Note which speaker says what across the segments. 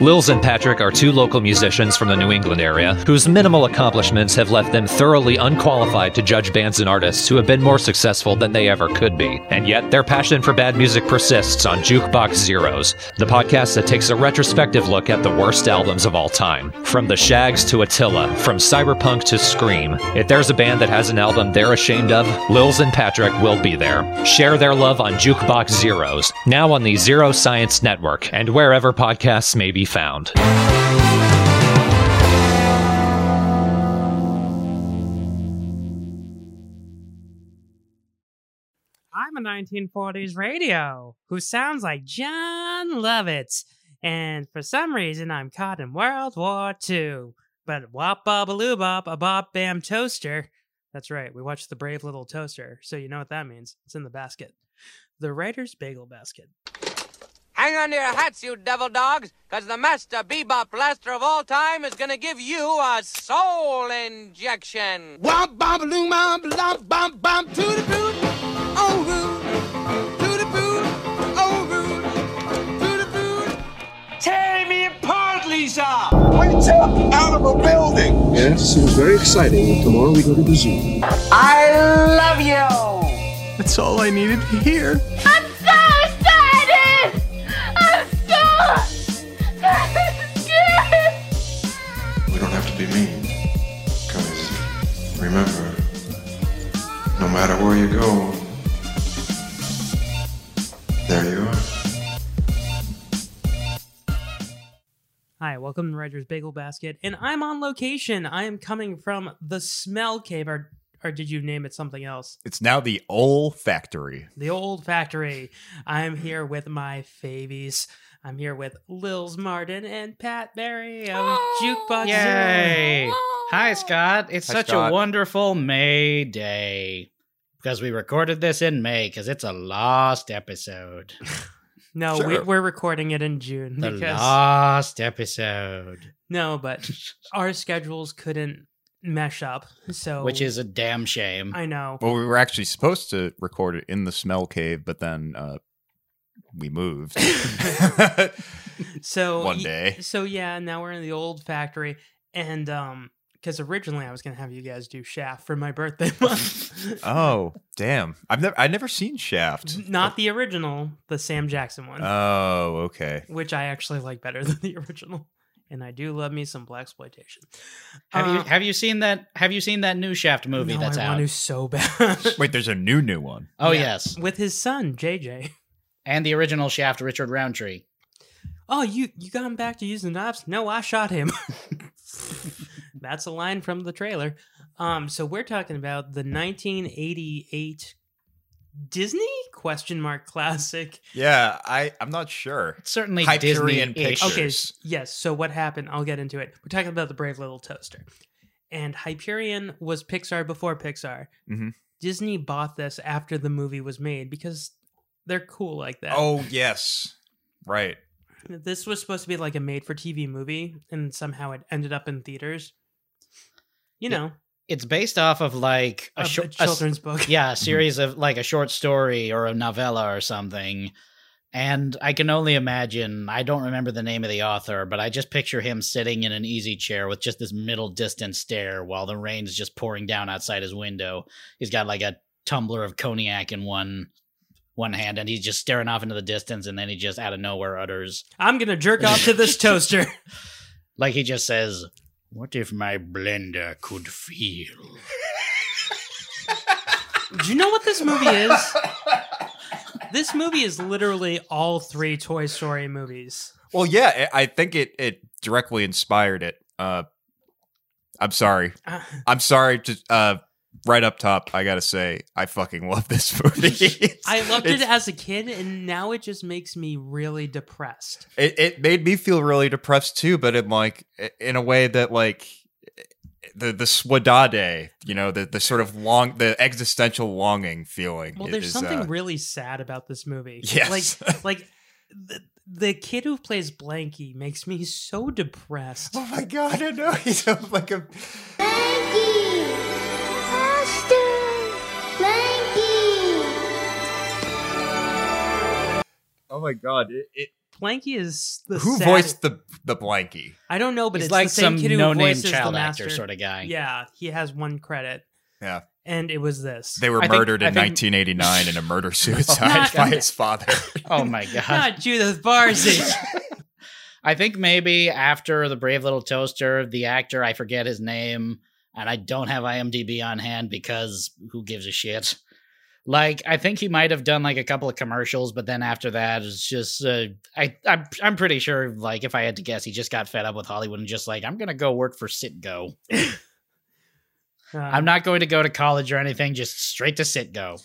Speaker 1: Lils and Patrick are two local musicians from the New England area whose minimal accomplishments have left them thoroughly unqualified to judge bands and artists who have been more successful than they ever could be. And yet, their passion for bad music persists on Jukebox Zeros, the podcast that takes a retrospective look at the worst albums of all time. From The Shags to Attila, from Cyberpunk to Scream, if there's a band that has an album they're ashamed of, Lils and Patrick will be there. Share their love on Jukebox Zeros, now on the Zero Science Network, and wherever podcasts may be found.
Speaker 2: I'm a 1940s radio who sounds like John Lovitz, and for some reason I'm caught in World War II. But wop bob a loo bop a bop bam toaster. That's right, we watched The Brave Little Toaster, so you know what that means. It's in the basket. The writer's bagel basket.
Speaker 3: Hang on to your hats, you devil dogs, because the master bebop blaster of all time is going to give you a soul injection.
Speaker 4: Wop bop loom bop lop bop bop to the boot oh root to the boot oh root to the boot. Tear me apart, Lisa.
Speaker 5: Wait up out of a building.
Speaker 6: Yes, it was very exciting. Tomorrow we go to the zoo.
Speaker 5: I love you.
Speaker 7: That's all I needed to hear.
Speaker 8: I'm so excited! I'm so scared!
Speaker 9: We don't have to be mean. Because remember, no matter where you go, there you are.
Speaker 2: Hi, welcome to Writer's Bagel Basket, and I'm on location. I am coming from the smell cave, or, or did you name it something else?
Speaker 10: It's now the olfactory.
Speaker 2: The old factory. I'm here with my favies. I'm here with Lils Martin and Pat Berry of Jukebox
Speaker 11: Yay! Hi, Scott. It's
Speaker 10: Hi,
Speaker 11: such
Speaker 10: Scott.
Speaker 11: a wonderful May day because we recorded this in May because it's a lost episode.
Speaker 2: No, we,
Speaker 10: Sure.
Speaker 2: we're recording it in June
Speaker 11: The
Speaker 2: because
Speaker 11: lost episode,
Speaker 2: no, but our schedules couldn't mesh up. So
Speaker 11: which is a damn shame.
Speaker 2: Oh. I know.
Speaker 10: Well, we were actually supposed to record it in the smell cave, but then uh, we moved
Speaker 2: So
Speaker 10: one
Speaker 2: y-
Speaker 10: day.
Speaker 2: So yeah, now we're in the old factory, and um, because originally I was gonna have you guys do Shaft for my birthday month.
Speaker 10: Oh, damn! I've never I've never seen Shaft.
Speaker 2: Not the original, the Sam Jackson one,
Speaker 10: Oh, okay.
Speaker 2: which I actually like better than the original, and I do love me some black exploitation. Uh,
Speaker 11: Have you have you seen that? Have you seen that new Shaft movie that's
Speaker 2: I
Speaker 11: out?
Speaker 2: Want to so bad.
Speaker 10: Wait, there's a new new one.
Speaker 11: Oh
Speaker 2: Yeah.
Speaker 11: yes,
Speaker 2: with his son JJ.
Speaker 11: and the original Shaft, Richard Roundtree.
Speaker 2: Oh, you you got him back to using knives? No, I shot him. That's a line from the trailer. Um, so we're talking about the 1988 Disney question mark classic.
Speaker 10: Yeah, I I'm not sure.
Speaker 11: It's certainly
Speaker 10: Hyperion
Speaker 11: Disney.
Speaker 10: Pictures.
Speaker 2: Okay, s- yes. So what happened? I'll get into it. We're talking about the Brave Little Toaster, and Hyperion was Pixar before Pixar.
Speaker 10: Mhm.
Speaker 2: Disney bought this after the movie was made because they're cool like that.
Speaker 10: Oh yes, right.
Speaker 2: This was supposed to be like a made for TV movie, and somehow it ended up in theaters. You
Speaker 11: Yeah,
Speaker 2: know,
Speaker 11: It's based off of like a,
Speaker 2: a,
Speaker 11: short a s-
Speaker 2: children's book. Mm-hmm.
Speaker 11: yeah, a series of like a short story or a novella or something. And I can only imagine, I don't remember the name of the author, but I just picture him sitting in an easy chair with just this middle distance stare while the rain's just pouring down outside his window. He's got like a tumbler of cognac in one one hand and he's just staring off into the distance and then he just out of nowhere utters
Speaker 2: I'm gonna jerk off to this toaster.
Speaker 11: like he just says, "What if my blender could feel?"
Speaker 2: Do you know what this movie is? This movie is literally all three Toy Story movies.
Speaker 10: Well, yeah, I I think it it directly inspired it. Uh, I'm sorry.
Speaker 2: Uh,
Speaker 10: I'm sorry to uh right up top, I gotta say, I fucking love this movie.
Speaker 2: I loved it
Speaker 10: It's-
Speaker 2: as a kid, and now it just makes me really depressed.
Speaker 10: it, it made me feel really depressed too, but in like in a way that like the the swadade, you know, the the sort of long the existential longing feeling.
Speaker 2: Well, there's
Speaker 10: is,
Speaker 2: something
Speaker 10: uh,
Speaker 2: really sad about this movie.
Speaker 10: Yes.
Speaker 2: Like, like the, the kid who plays Blanky makes me so depressed.
Speaker 10: Oh my god, I know he's like a
Speaker 8: Blanky! Master! Blanky!
Speaker 10: oh my god, it, it
Speaker 2: Blanky is the
Speaker 10: who
Speaker 2: sad-
Speaker 10: voiced the the blankie?
Speaker 2: I don't know, but
Speaker 11: He's
Speaker 2: it's
Speaker 11: like
Speaker 2: the same
Speaker 11: some
Speaker 2: kid who
Speaker 11: no-name
Speaker 2: voices the
Speaker 11: child
Speaker 2: master.
Speaker 11: actor sorta guy.
Speaker 2: Yeah, he has one credit,
Speaker 10: Yeah,
Speaker 2: and it was this.
Speaker 10: they were murdered in 1989 in a murder suicide
Speaker 2: Not-
Speaker 10: by his father.
Speaker 11: Oh my god.
Speaker 2: Not Judith Barzi.
Speaker 11: I think maybe after the Brave Little Toaster, the actor, I forget his name, and I don't have IMDb on hand because who gives a shit? Like, I think he might have done like a couple of commercials, but then after that, it's just, uh, I, I'm, I'm pretty sure, like, if I had to guess, he just got fed up with Hollywood and just like, I'm going to go work for Sitgo.
Speaker 2: Uh,
Speaker 11: I'm not going to go to college or anything, just straight to Sitgo.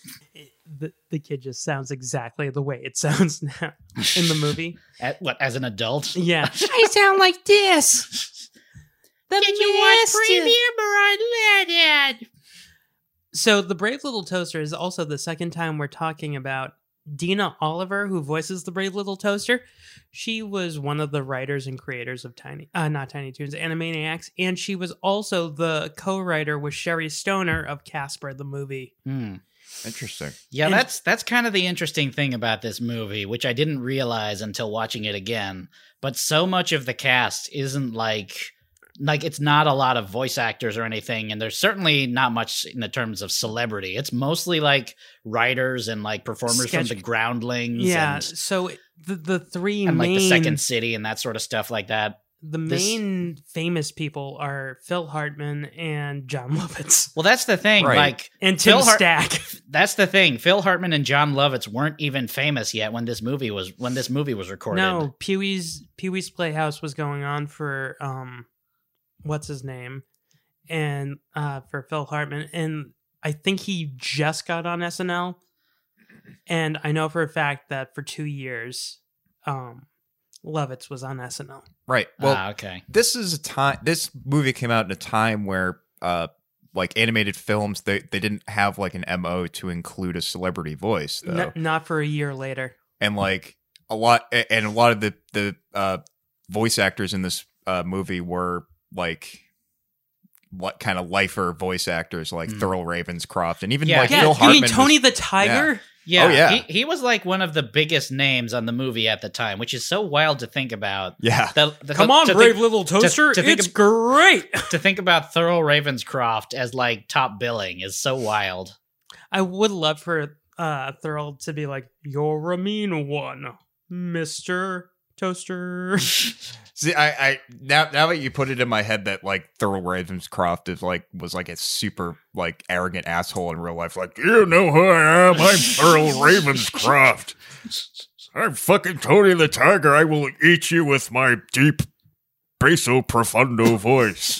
Speaker 2: The, the kid just sounds exactly the way it sounds now in the movie.
Speaker 11: At, what, as an adult?
Speaker 2: Yeah. I sound like this. The
Speaker 8: Did you want premium
Speaker 2: or unleaded? So the Brave Little Toaster is also the second time we're talking about Dina Oliver, who voices the Brave Little Toaster. She was one of the writers and creators of Tiny, uh, not Tiny Toons, Animaniacs, and she was also the co-writer with Sherry Stoner of Casper the movie.
Speaker 11: Hmm.
Speaker 10: Interesting.
Speaker 11: Yeah,
Speaker 2: And-
Speaker 11: that's that's kind of the interesting thing about this movie, which I didn't realize until watching it again. But so much of the cast isn't like like it's not a lot of voice actors or anything, and there's certainly not much in the terms of celebrity. It's mostly like writers and like performers from
Speaker 2: Sketch-
Speaker 11: the Groundlings,
Speaker 2: Yeah,
Speaker 11: and,
Speaker 2: so the the three
Speaker 11: and like
Speaker 2: main
Speaker 11: the Second City and that sort of stuff like that.
Speaker 2: the
Speaker 11: This-
Speaker 2: main famous people are Phil Hartman and John Lovitz
Speaker 11: Well, that's the thing,
Speaker 10: Right.
Speaker 11: like.
Speaker 2: and Tim
Speaker 11: Phil Har-
Speaker 2: Stack.
Speaker 11: That's the thing. Phil Hartman and John Lovitz weren't even famous yet when this movie was when this movie was recorded.
Speaker 2: No, Pee Wee's Pee Wee's Playhouse was going on for um, what's his name, and uh for Phil Hartman, and I think he just got on SNL, and I know for a fact that for two years, um, Lovitz was on SNL.
Speaker 10: Right. Well,
Speaker 11: ah, okay.
Speaker 10: this is a time this movie came out in a time where uh like animated films they they didn't have like an mo to include a celebrity voice though
Speaker 2: N- not for a year later.
Speaker 10: and like a lot a- and a lot of the the uh voice actors in this uh movie were like what kind of lifer voice actors like
Speaker 11: Hmm.
Speaker 10: Thurl Ravenscroft and even
Speaker 11: Yeah.
Speaker 10: like
Speaker 2: yeah,
Speaker 10: Phil
Speaker 2: you
Speaker 10: Hartman
Speaker 2: mean
Speaker 10: was-
Speaker 2: Tony the Tiger?
Speaker 11: Yeah,
Speaker 10: Oh, yeah.
Speaker 11: He, he was like one of the biggest names on the movie at the time, which is so wild to think about.
Speaker 10: yeah
Speaker 11: The, the-
Speaker 2: Come
Speaker 11: the-
Speaker 2: on,
Speaker 11: to
Speaker 2: brave
Speaker 11: think,
Speaker 2: little toaster!
Speaker 11: to think
Speaker 2: it's
Speaker 11: ab-
Speaker 2: great.
Speaker 11: to think about Thurl Ravenscroft as like top billing is so wild.
Speaker 2: I would love for uh Thurl to be like, "You're a mean one, Mister Toaster."
Speaker 10: See, I, I now now that you put it in my head that like Thurl Ravenscroft is like was like a super like arrogant asshole in real life, like you know who I am, I'm Thurl Ravenscroft. I'm fucking Tony the Tiger. I will eat you with my deep basso profundo voice.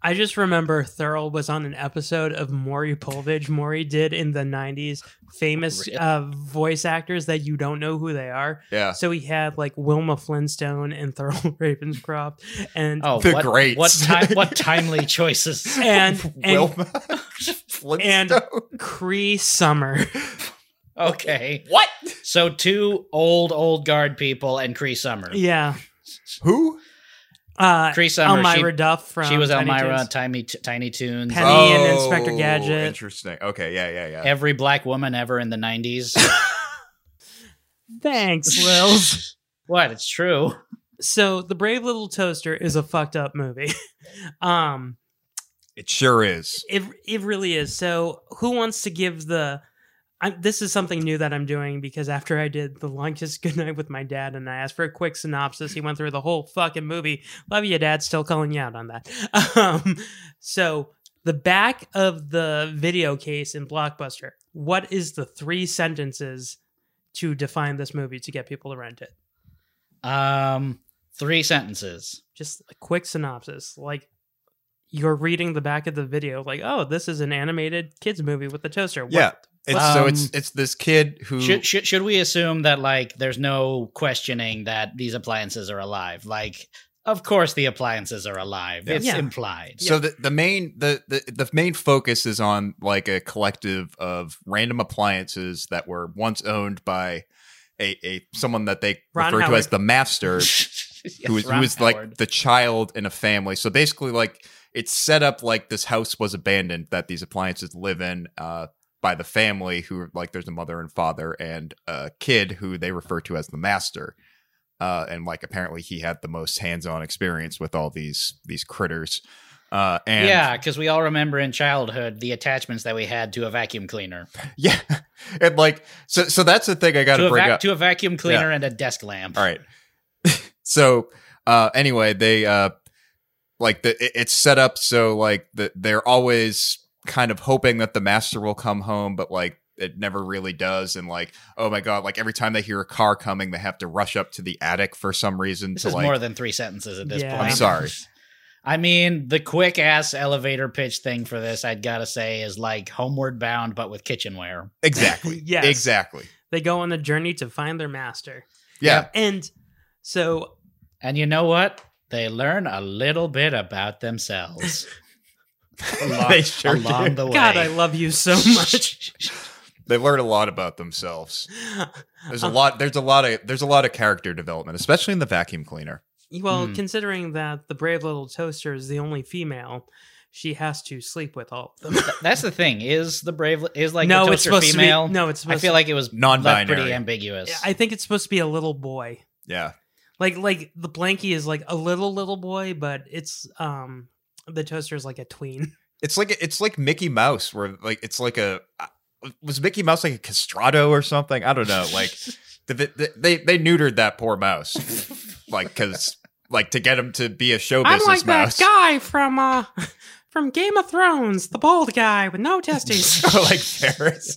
Speaker 2: I just remember Thurl was on an episode of Maury Povich. Maury did in the '90s famous
Speaker 11: Really?
Speaker 2: uh, voice actors that you don't know who they are.
Speaker 10: yeah,
Speaker 2: So he had like Wilma Flintstone and Thurl Ravenscroft, and
Speaker 11: Oh,
Speaker 10: The
Speaker 11: what,
Speaker 10: greats.
Speaker 11: What, ti- what timely choices?
Speaker 2: and and
Speaker 10: Wilma Flintstone.
Speaker 2: and- Cree Summer.
Speaker 11: Okay.
Speaker 10: what?
Speaker 11: So two old old guard people and Cree Summer.
Speaker 2: yeah,
Speaker 10: Who?
Speaker 2: uh,
Speaker 11: Cree Summer. she-
Speaker 2: Elmira Duff from
Speaker 11: she, was
Speaker 2: Tiny
Speaker 11: Elmira
Speaker 2: Toons.
Speaker 11: on Tiny Tiny Toons.
Speaker 2: Penny and Inspector Gadget.
Speaker 10: Oh, Interesting. Okay. Yeah. Yeah. Yeah.
Speaker 11: Every black woman ever in the nineties.
Speaker 2: Thanks, Lils.
Speaker 11: what? It's true.
Speaker 2: so the brave little toaster is a fucked up movie um
Speaker 10: It sure is.
Speaker 2: it it really is so who wants to give the I, this is something new that I'm doing because after I did the longest goodnight with my dad and I asked for a quick synopsis, he went through the whole fucking movie. Love you, dad. Still calling you out on that. Um, so the back of the video case in Blockbuster. What is the three sentences to define this movie to get people to rent it?
Speaker 11: Um, three sentences.
Speaker 2: just a quick synopsis like you're reading the back of the video like oh this is an animated kids movie with the toaster What-
Speaker 10: Yeah. It's, so it's
Speaker 11: Um,
Speaker 10: it's this kid who
Speaker 11: Should, should should we assume that like there's no questioning that these appliances are alive? Like, of course the appliances are alive. It's
Speaker 2: Yeah.
Speaker 11: implied.
Speaker 10: so the, the main the, the the main focus is on like a collective of random appliances that were once owned by a, a someone that they
Speaker 2: Ron
Speaker 10: refer to
Speaker 2: Howard.
Speaker 10: as the master
Speaker 11: Yes,
Speaker 10: who is who
Speaker 11: Ron
Speaker 10: is like
Speaker 11: Howard.
Speaker 10: the child in a family so basically like it's set up like this house was abandoned that these appliances live in uh by the family who like there's a mother and father and a kid who they refer to as the master uh, and like apparently he had the most hands-on experience with all these these critters uh, and
Speaker 11: yeah, because we all remember in childhood the attachments that we had to a vacuum cleaner.
Speaker 10: yeah, and like so so that's the thing I got
Speaker 11: to,
Speaker 10: to
Speaker 11: a
Speaker 10: bring
Speaker 11: vac-
Speaker 10: up
Speaker 11: to a vacuum cleaner
Speaker 10: Yeah.
Speaker 11: and a desk lamp.
Speaker 10: All right. so uh anyway, they uh like the it- it's set up so like the, they're always kind of hoping that the master will come home, but like it never really does and like oh my god like every time they hear a car coming they have to rush up to the attic for some reason
Speaker 11: This
Speaker 10: to
Speaker 11: is
Speaker 10: like
Speaker 11: more than three sentences at this
Speaker 10: Yeah.
Speaker 11: point.
Speaker 10: I'm sorry.
Speaker 11: I mean, the quick ass elevator pitch thing for this, I'd gotta say, is like homeward bound, but with kitchenware.
Speaker 10: exactly
Speaker 2: Yes.
Speaker 10: exactly
Speaker 2: They go on the journey to find their master.
Speaker 10: yeah
Speaker 2: And so
Speaker 11: And you know what? They learn a little bit about themselves. along,
Speaker 10: They sure
Speaker 11: along
Speaker 10: do.
Speaker 11: the way.
Speaker 2: God, I love you so much.
Speaker 10: they learn a lot about themselves there's a lot there's a lot of there's a lot of character development especially in the vacuum cleaner
Speaker 2: Well,
Speaker 10: Hmm.
Speaker 2: considering that the brave little toaster is the only female, she has to sleep with all of them.
Speaker 11: That's the thing. Is the brave is like
Speaker 2: No,
Speaker 11: the
Speaker 2: it's
Speaker 11: toaster
Speaker 2: supposed to be-
Speaker 11: female?
Speaker 2: no, it's
Speaker 11: I
Speaker 2: supposed
Speaker 11: feel
Speaker 2: to-
Speaker 11: like it was
Speaker 10: Non-binary.
Speaker 11: left pretty ambiguous.
Speaker 2: I think it's supposed to be a little boy.
Speaker 10: yeah
Speaker 2: Like like the blankie is like a little little boy, but it's um the toaster is like a tween.
Speaker 10: It's like it's like Mickey Mouse, where like it's like a uh, was Mickey Mouse like a castrato or something? I don't know. Like the, the, they they neutered that poor mouse, like because like to get him to be a show
Speaker 2: I'm
Speaker 10: business
Speaker 2: like
Speaker 10: mouse.
Speaker 2: that guy from uh from Game of Thrones, the bald guy with no testes.
Speaker 10: So, like Ferris,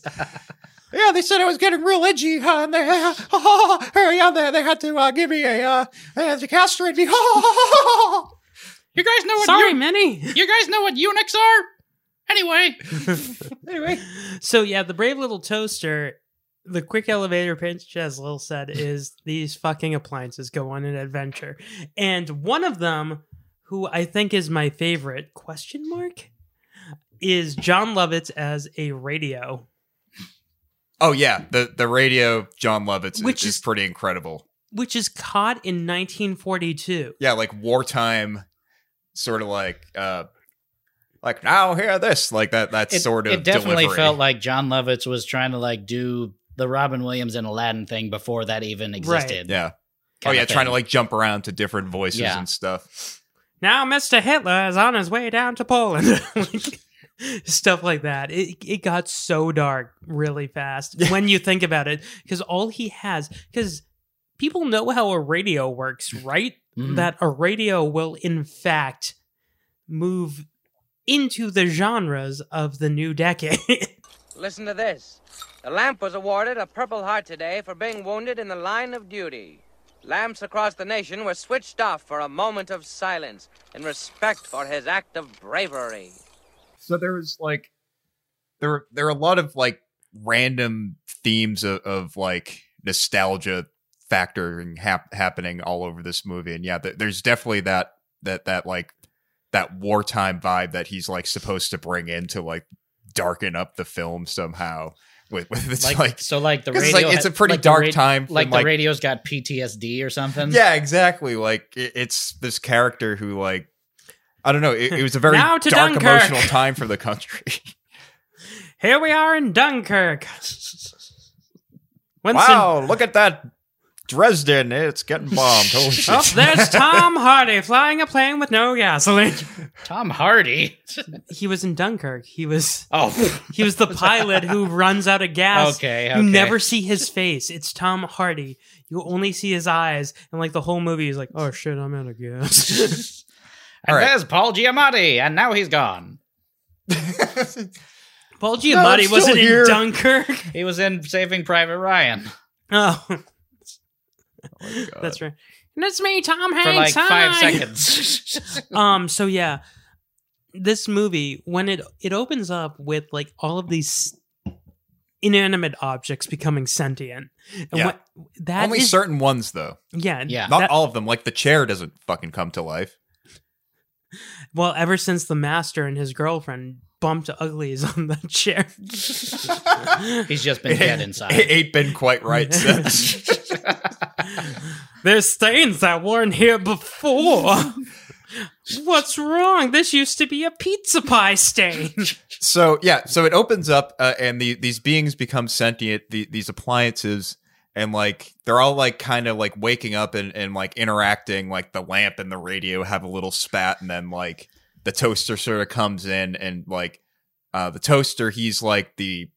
Speaker 4: Yeah, they said I was getting real edgy, huh? And they, uh, hurry on there. They had to uh, give me a, uh, they had to castrate me.
Speaker 11: You guys know what
Speaker 2: Sorry,
Speaker 11: eu-
Speaker 2: Minnie.
Speaker 11: You guys know what eunuchs are? Anyway.
Speaker 2: anyway. So yeah, the brave little toaster, the quick elevator pitch, as Lil said, is these fucking appliances go on an adventure, and one of them, who I think is my favorite question mark, is John Lovitz as a radio.
Speaker 10: oh yeah, the the radio John Lovitz
Speaker 2: Which
Speaker 10: Which is,
Speaker 2: is-
Speaker 10: pretty incredible.
Speaker 2: Which is caught in 1942.
Speaker 10: Yeah, like wartime, sort of like uh, like now hear this, like that that sort of
Speaker 11: it definitely
Speaker 10: delivery.
Speaker 11: felt like John Lovitz was trying to like do the Robin Williams and Aladdin thing before that even existed.
Speaker 10: yeah. Oh
Speaker 11: kinda
Speaker 10: yeah, trying
Speaker 11: thing.
Speaker 10: to like jump around to different voices
Speaker 11: Yeah.
Speaker 10: and stuff.
Speaker 2: Now, Mr. Hitler is on his way down to Poland. Like, Stuff like that. It it got so dark really fast when you think about it, because all he has, because people know how a radio works, right?
Speaker 11: Mhm.
Speaker 2: That a radio will in fact move into the genres of the new decade.
Speaker 3: Listen to this. The lamp was awarded a Purple Heart today for being wounded in the line of duty. Lamps across the nation were switched off for a moment of silence in respect for his act of bravery.
Speaker 10: so there was like there were there are a lot of like random themes of, of like nostalgia factoring hap- happening all over this movie and yeah th- there's definitely that that that like that wartime vibe that he's like supposed to bring in to like darken up the film somehow with, with it's
Speaker 11: Like,
Speaker 10: like,
Speaker 11: so like the
Speaker 10: 'cause
Speaker 11: radio
Speaker 10: it's like- it's
Speaker 11: had-
Speaker 10: a pretty
Speaker 11: like the
Speaker 10: dark
Speaker 11: rad-
Speaker 10: time from,
Speaker 11: Like the
Speaker 10: like-
Speaker 11: radio's got PTSD or something.
Speaker 10: yeah exactly like it, it's this character who like i don't know it, it was a very
Speaker 2: Now
Speaker 10: dark
Speaker 2: to Dunkirk.
Speaker 10: emotional time for the country
Speaker 2: Here we are in Dunkirk. Winston-
Speaker 10: Wow, look at that Dresden. eh? It's getting bombed. Holy shit.
Speaker 2: Oh, there's Tom Hardy flying a plane with no gasoline.
Speaker 11: Tom Hardy.
Speaker 2: He was in Dunkirk. He was
Speaker 11: Oh,
Speaker 2: he was the pilot who runs out of gas.
Speaker 11: Okay,
Speaker 2: You
Speaker 11: okay.
Speaker 2: never see his face. It's Tom Hardy. You only see his eyes, and like the whole movie is like, oh shit, I'm out of gas.
Speaker 11: and
Speaker 10: All right.
Speaker 11: there's Paul Giamatti, and now he's gone.
Speaker 2: Paul Giamatti
Speaker 10: still
Speaker 2: wasn't
Speaker 10: here.
Speaker 2: in Dunkirk.
Speaker 11: He was in Saving Private Ryan
Speaker 2: Oh,
Speaker 10: my God.
Speaker 2: that's right. And it's me, Tom Hanks.
Speaker 11: for like five
Speaker 2: Hi.
Speaker 11: seconds.
Speaker 2: um so yeah this movie when it it opens up with like all of these inanimate objects becoming sentient and
Speaker 10: Yeah.
Speaker 2: what that
Speaker 10: Only
Speaker 2: is-
Speaker 10: certain ones, though.
Speaker 2: yeah
Speaker 11: Yeah.
Speaker 10: Not
Speaker 2: that-
Speaker 10: all of them. Like the chair doesn't fucking come to life.
Speaker 2: well ever since the master and his girlfriend bumped uglies on the chair
Speaker 11: he's just been dead inside.
Speaker 10: It ain't been quite right since.
Speaker 2: there's stains that weren't here before What's wrong? This used to be a pizza pie stain.
Speaker 10: So yeah, so it opens up, uh, and the these beings become sentient. The, these appliances, and like they're all like kind of like waking up and and like interacting. Like the lamp and the radio have a little spat, and then like the toaster sort of comes in, and like uh, the toaster, he's like the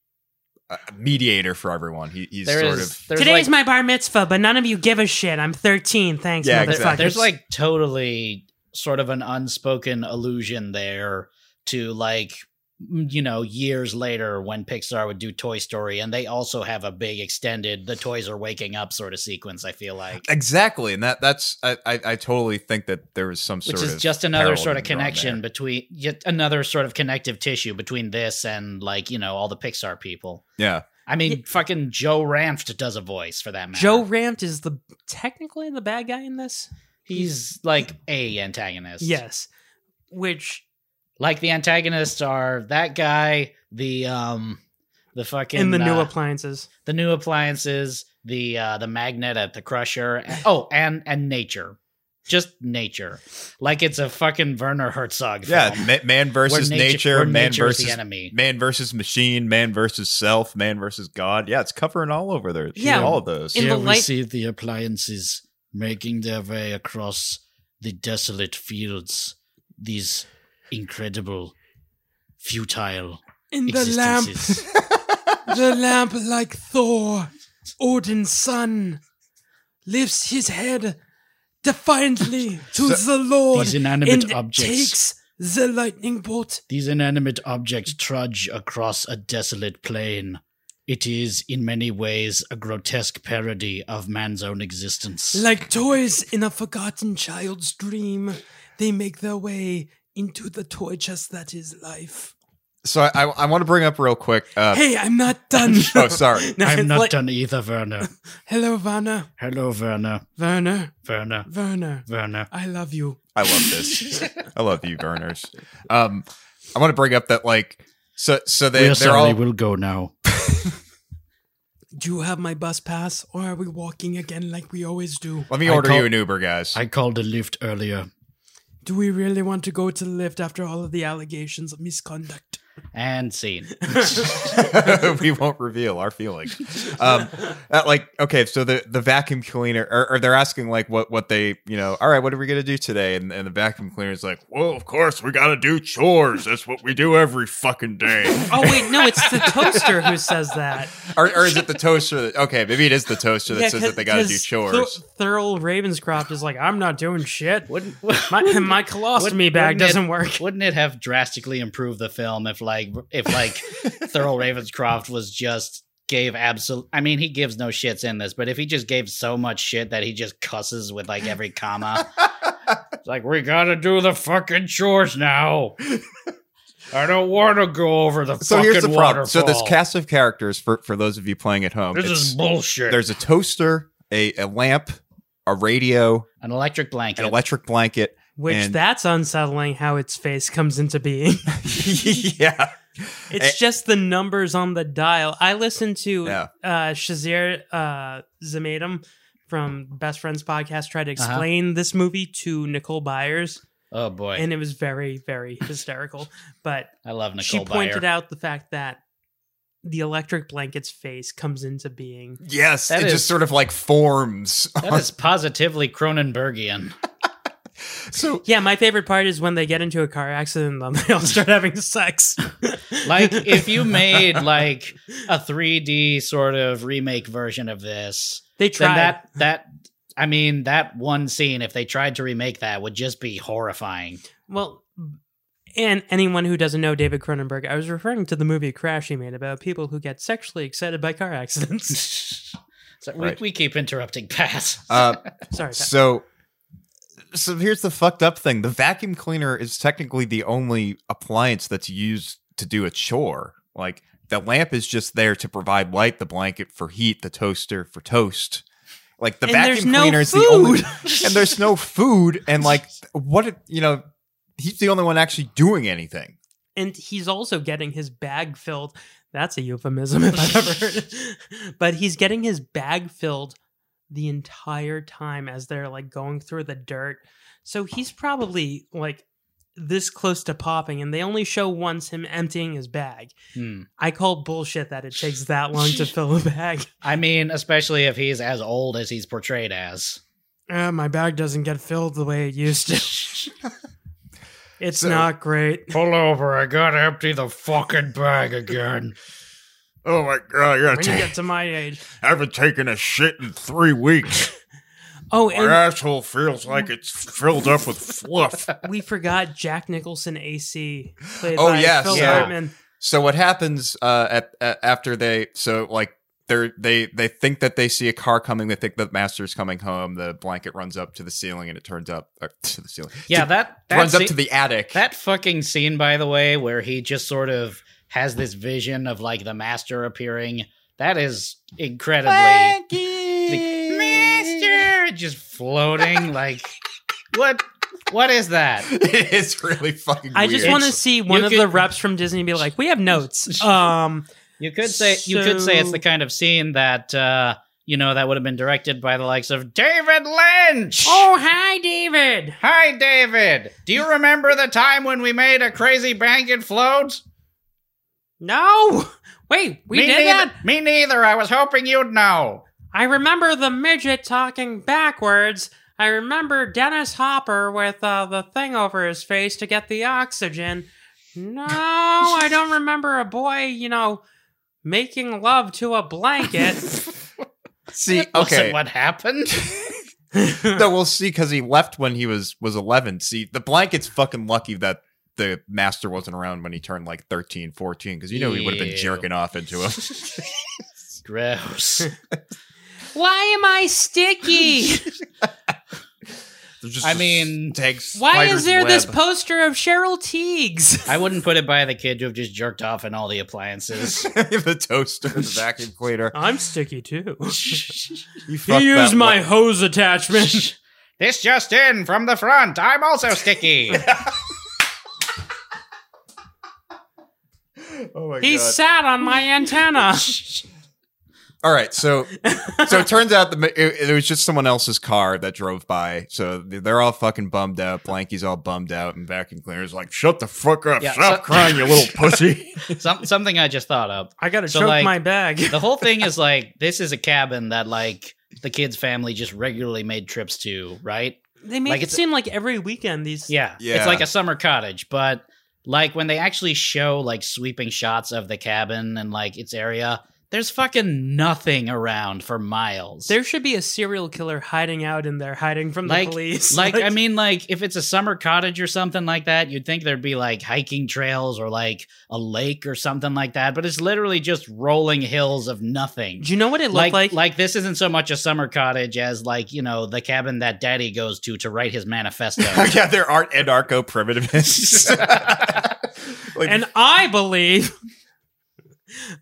Speaker 10: uh, mediator for everyone. He, he's
Speaker 11: There
Speaker 10: sort
Speaker 11: is-
Speaker 10: of
Speaker 11: there's
Speaker 2: Today's
Speaker 11: like-
Speaker 2: my bar mitzvah, but none of you give a shit. I'm 13. Thanks,
Speaker 10: Yeah,
Speaker 2: motherfuckers.
Speaker 10: exactly.
Speaker 11: There's like totally sort of an unspoken allusion there to like m- you know years later when Pixar would do Toy Story and they also have a big extended the toys are waking up sort of sequence I feel like
Speaker 10: exactly, and that that's I, I I totally think that there was some sort
Speaker 11: which
Speaker 10: of
Speaker 11: is just another
Speaker 10: parallel
Speaker 11: sort of
Speaker 10: drawn there.
Speaker 11: connection between yet another sort of connective tissue between this and like you know all the Pixar people.
Speaker 10: Yeah.
Speaker 11: I mean fucking Joe Ranft does a voice for that matter.
Speaker 2: Joe Ramt is the technically the bad guy in this.
Speaker 11: he's like a antagonist.
Speaker 2: Yes, which
Speaker 11: like the antagonists are that guy, the um, the fucking
Speaker 2: in the new
Speaker 11: uh,
Speaker 2: appliances.
Speaker 11: the new appliances, the uh, the magnet at the crusher. Oh, and and nature, just nature, like it's a fucking Werner Herzog.
Speaker 10: Yeah,
Speaker 11: film.
Speaker 10: ma- man versus
Speaker 11: nature-
Speaker 10: nature,
Speaker 11: where
Speaker 10: man
Speaker 11: nature is the
Speaker 10: versus
Speaker 11: enemy.
Speaker 10: man versus machine, man versus self, man versus God. Yeah, it's covering all over there.
Speaker 2: Yeah,
Speaker 10: all of those.
Speaker 2: in the
Speaker 11: Here we
Speaker 2: light-
Speaker 11: see the appliances making their way across the desolate fields. These incredible, futile
Speaker 2: In the lamp,
Speaker 11: existences.
Speaker 2: the lamp like Thor, Odin's son, lifts his head defiantly to the Lord
Speaker 11: These inanimate
Speaker 2: and
Speaker 11: objects.
Speaker 2: takes the lightning bolt.
Speaker 11: These inanimate objects trudge across a desolate plain. It is, in many ways, a grotesque parody of man's own existence.
Speaker 2: Like toys in a forgotten child's dream, they make their way into the toy chest that is life.
Speaker 10: So I, I, want to bring up real quick. Uh,
Speaker 2: hey, I'm not done.
Speaker 10: oh, sorry.
Speaker 2: No,
Speaker 11: I'm
Speaker 2: it's
Speaker 11: not
Speaker 2: like-
Speaker 11: done either, Werner.
Speaker 2: Hello, Vanna.
Speaker 11: Hello, Werner.
Speaker 2: Werner.
Speaker 11: Werner.
Speaker 2: Werner.
Speaker 11: Werner.
Speaker 2: I love you.
Speaker 10: I love this. I love you, Burners. Um, I want to bring up that like so so they
Speaker 11: We're
Speaker 10: they're
Speaker 11: sorry,
Speaker 10: all
Speaker 11: we'll go now.
Speaker 2: Do you have my bus pass, or are we walking again like we always do?
Speaker 10: let me
Speaker 11: I
Speaker 10: order
Speaker 11: call-
Speaker 10: you an Uber, guys.
Speaker 11: I called a lift earlier.
Speaker 2: Do we really want to go to Lyft after all of the allegations of misconduct?
Speaker 11: And scene.
Speaker 10: we won't reveal our feelings. Um, uh, like, okay, so the, the vacuum cleaner, or, or they're asking like what what they, you know, all right, what are we gonna do today? And, and the vacuum cleaner is like, well, of course we gotta do chores. That's what we do every fucking day.
Speaker 2: Oh wait, no, it's the toaster who says that.
Speaker 10: or, or is it the toaster? That, okay, maybe it is the toaster that says that they gotta do chores.
Speaker 2: Thurl Ravenscroft is like, I'm not doing shit. my my colostomy bag
Speaker 11: wouldn't it-
Speaker 2: doesn't work.
Speaker 11: Wouldn't it have drastically improved the film if like if like Thurl Ravenscroft was just gave absolute I mean he gives no shits in this, but if he just gave so much shit that he just cusses with like every comma. it's like we gotta do the fucking chores now. I don't wanna go over the
Speaker 10: So
Speaker 11: fucking
Speaker 10: here's the problem.
Speaker 11: waterfall.
Speaker 10: So this cast of characters for for those of you playing at home,
Speaker 11: This
Speaker 10: it's-
Speaker 11: is bullshit.
Speaker 10: there's a toaster, a, a lamp, a radio,
Speaker 11: an electric
Speaker 10: an
Speaker 11: blanket.
Speaker 10: electric blanket,
Speaker 2: Which
Speaker 10: and-
Speaker 2: that's unsettling how its face comes into being.
Speaker 10: yeah.
Speaker 2: It's just the numbers on the dial. I listened to
Speaker 10: Yeah.
Speaker 2: uh, Shazir uh, Zamadam from Best Friends podcast try to
Speaker 11: Uh-huh.
Speaker 2: explain this movie to Nicole Byers,
Speaker 11: oh boy.
Speaker 2: and it was very, very hysterical. But
Speaker 11: I love Nicole
Speaker 2: she pointed
Speaker 11: Byer.
Speaker 2: out the fact that the electric blanket's face comes into being.
Speaker 10: Yes,
Speaker 11: That
Speaker 10: it
Speaker 11: is-
Speaker 10: just sort of like forms.
Speaker 11: that is positively Cronenbergian.
Speaker 10: so
Speaker 2: Yeah, my favorite part is when they get into a car accident and they all start having sex.
Speaker 11: like if you made like a 3D sort of remake version of this,
Speaker 2: they
Speaker 11: then
Speaker 2: tried.
Speaker 11: that that I mean that one scene if they tried to remake that would just be horrifying.
Speaker 2: Well, and anyone who doesn't know David Cronenberg, I was referring to the movie Crash he made about people who get sexually excited by car accidents.
Speaker 11: So we,
Speaker 10: Right.
Speaker 11: we keep interrupting Pat.
Speaker 10: uh,
Speaker 2: Sorry. Pat.
Speaker 10: so so here's the fucked up thing. The vacuum cleaner is technically the only appliance that's used to do a chore. Like the lamp is just there to provide light, the blanket for heat, the toaster for toast. Like the
Speaker 2: And there's
Speaker 10: vacuum
Speaker 2: no
Speaker 10: cleaner is the only
Speaker 2: food.
Speaker 10: and there's no food and like what it- you know, he's the only one actually doing anything.
Speaker 2: And he's also getting his bag filled. That's a euphemism if I've ever heard it. But he's getting his bag filled the entire time as they're like going through the dirt. So he's probably like this close to popping, and they only show once him emptying his bag.
Speaker 11: Hmm.
Speaker 2: I call bullshit that it takes that long to fill a bag.
Speaker 11: I mean, especially if he's as old as he's portrayed as.
Speaker 2: Uh, my bag doesn't get filled the way it used to. it's not great.
Speaker 11: Pull over. I gotta empty the fucking bag again.
Speaker 10: Oh my god, you're
Speaker 2: When you get to my age.
Speaker 10: I haven't taken a shit in three weeks.
Speaker 2: Oh,
Speaker 10: my
Speaker 2: and-
Speaker 10: asshole feels like it's filled up with fluff.
Speaker 2: We forgot Jack Nicholson AC. Played
Speaker 10: oh
Speaker 2: by
Speaker 10: yeah,
Speaker 2: Phil
Speaker 10: so,
Speaker 2: Hartman.
Speaker 10: so what happens uh, at, at, after they so like they they they think that they see a car coming. They think the master's coming home. The blanket runs up to the ceiling, and it turns up uh, to the ceiling.
Speaker 11: Yeah, that, that
Speaker 10: runs
Speaker 11: scene-
Speaker 10: up to the attic.
Speaker 11: That fucking scene, by the way, where he just sort of has this vision of like the master appearing. That is incredibly The master just floating like what what is that?
Speaker 10: it's really fucking.
Speaker 2: I just
Speaker 11: weird.
Speaker 2: want to
Speaker 11: It's-
Speaker 2: see one
Speaker 11: you
Speaker 2: of
Speaker 11: could-
Speaker 2: the reps from Disney be like, "We have notes." Um,
Speaker 11: You could say you could say it's
Speaker 2: so-
Speaker 11: the kind of scene that uh you know that would have been directed by the likes of David Lynch.
Speaker 2: Oh, hi, David.
Speaker 11: Hi, David. Do you remember the time when we made a crazy blanket float?
Speaker 2: No, wait, we
Speaker 11: Me
Speaker 2: did
Speaker 11: neither-
Speaker 2: that.
Speaker 11: Me neither. I was hoping you'd know.
Speaker 2: I remember the midget talking backwards. I remember Dennis Hopper with uh, the thing over his face to get the oxygen. No, I don't remember a boy, you know, making love to a blanket.
Speaker 10: See, okay,
Speaker 11: Wasn't what happened?
Speaker 10: no, we'll see because he left when he was was 11. See, the blanket's fucking lucky that the master wasn't around when he turned like 13, 14 because you know he would have
Speaker 11: Ew.
Speaker 10: been jerking off into him.
Speaker 11: Gross.
Speaker 2: Why am I sticky?
Speaker 10: There's just
Speaker 11: I
Speaker 10: a
Speaker 11: mean,
Speaker 10: stag
Speaker 2: Why
Speaker 10: spider's
Speaker 2: is there this
Speaker 10: web.
Speaker 2: poster of Cheryl Teagues?
Speaker 11: I wouldn't put it by the kid to have just jerked off in all the appliances.
Speaker 10: the toaster, the vacuum cleaner.
Speaker 2: I'm sticky too.
Speaker 10: You
Speaker 2: He
Speaker 10: fucked
Speaker 2: used
Speaker 10: that
Speaker 2: my
Speaker 10: one.
Speaker 2: hose attachment.
Speaker 11: this just in from the front. I'm also sticky.
Speaker 10: Oh my
Speaker 2: he
Speaker 10: god!
Speaker 2: sat on my antenna.
Speaker 10: All right, so so it turns out the ma- it, it was just someone else's car that drove by. So they're all fucking bummed out. Blanky's all bummed out, and vacuum cleaner's like, "Shut the fuck up!
Speaker 11: Yeah,
Speaker 10: Stop
Speaker 11: so-
Speaker 10: crying, you little pussy."
Speaker 11: Some, something I just thought of.
Speaker 2: I gotta
Speaker 11: So,
Speaker 2: choke
Speaker 11: like-
Speaker 2: my bag.
Speaker 11: The whole thing is like this is a cabin that like the kid's family just regularly made trips to, right?
Speaker 2: They make
Speaker 11: Like,
Speaker 2: it
Speaker 11: it's-
Speaker 2: seem like every weekend these.
Speaker 11: Yeah.
Speaker 10: Yeah.
Speaker 11: It's like a summer cottage, but like when they actually show like sweeping shots of the cabin and like its area, there's fucking nothing around for miles.
Speaker 2: There should be a serial killer hiding out in there, hiding from the police.
Speaker 11: Like, I mean, like if it's a summer cottage or something like that, you'd think there'd be like hiking trails or like a lake or something like that. But it's literally just rolling hills of nothing.
Speaker 2: do you know what it looked
Speaker 11: Like,
Speaker 2: like?
Speaker 11: like, this isn't so much a summer cottage as like you know the cabin that Daddy goes to to write his manifesto.
Speaker 10: yeah, there aren't anarcho primitivists. like,
Speaker 2: and I believe.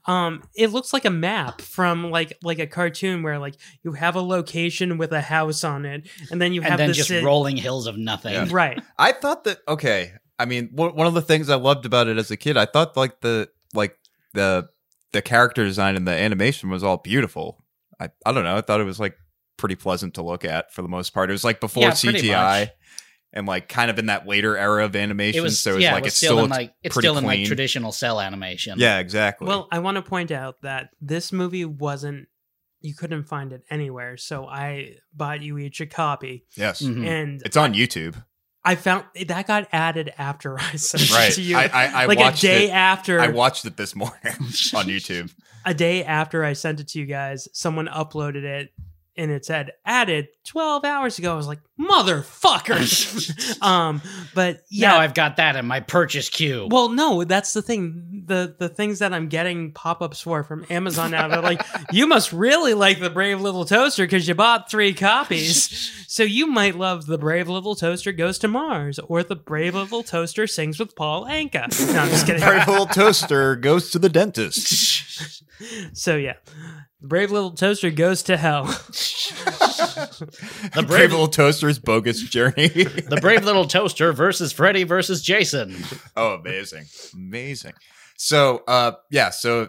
Speaker 2: Um, it looks like a map from like like a cartoon where like you have a location with a house on it, and then you have
Speaker 11: and then
Speaker 2: this
Speaker 11: just
Speaker 2: sit-
Speaker 11: rolling hills of nothing.
Speaker 10: Yeah.
Speaker 2: right.
Speaker 10: I thought that okay. I mean, w- one of the things I loved about it as a kid, I thought like the like the the character design and the animation was all beautiful. I I don't know. I thought it was like pretty pleasant to look at for the most part. It was like before
Speaker 11: Yeah, pretty
Speaker 10: CGI
Speaker 11: much.
Speaker 10: and like kind of in that later era of animation.
Speaker 11: It was
Speaker 10: so it's
Speaker 11: yeah,
Speaker 10: like
Speaker 11: it was
Speaker 10: it's
Speaker 11: still, in
Speaker 10: looks
Speaker 11: like it's
Speaker 10: pretty
Speaker 11: still in like
Speaker 10: clean.
Speaker 11: traditional cell animation.
Speaker 10: Yeah, exactly.
Speaker 2: Well, I want to point out that this movie wasn't you couldn't find it anywhere, so I bought you each a copy,
Speaker 10: yes,
Speaker 11: Mhm.
Speaker 2: and
Speaker 10: it's on YouTube.
Speaker 2: I found that got added after I sent
Speaker 10: Right.
Speaker 2: it to you,
Speaker 10: I, I, I
Speaker 2: like a
Speaker 10: watched
Speaker 2: day
Speaker 10: it.
Speaker 2: after.
Speaker 10: I watched it this morning on YouTube.
Speaker 2: a day after I sent it to you guys, someone uploaded it and it said added 12 hours ago. I was like, motherfucker. um, but
Speaker 11: Now
Speaker 2: yeah.
Speaker 11: I've got that in my purchase queue.
Speaker 2: well, no, that's the thing. The the things that I'm getting pop-ups for from Amazon now, they're like, you must really like the Brave Little Toaster because you bought three copies. so you might love The Brave Little Toaster Goes to Mars or The Brave Little Toaster Sings with Paul Anka. No, I'm just kidding.
Speaker 10: Brave little toaster goes to the dentist.
Speaker 2: So yeah. Brave Little Toaster Goes to Hell.
Speaker 11: the
Speaker 10: Brave, little toaster's bogus journey.
Speaker 11: the brave little toaster versus Freddy versus Jason.
Speaker 10: Oh, amazing. amazing. So, uh, yeah, so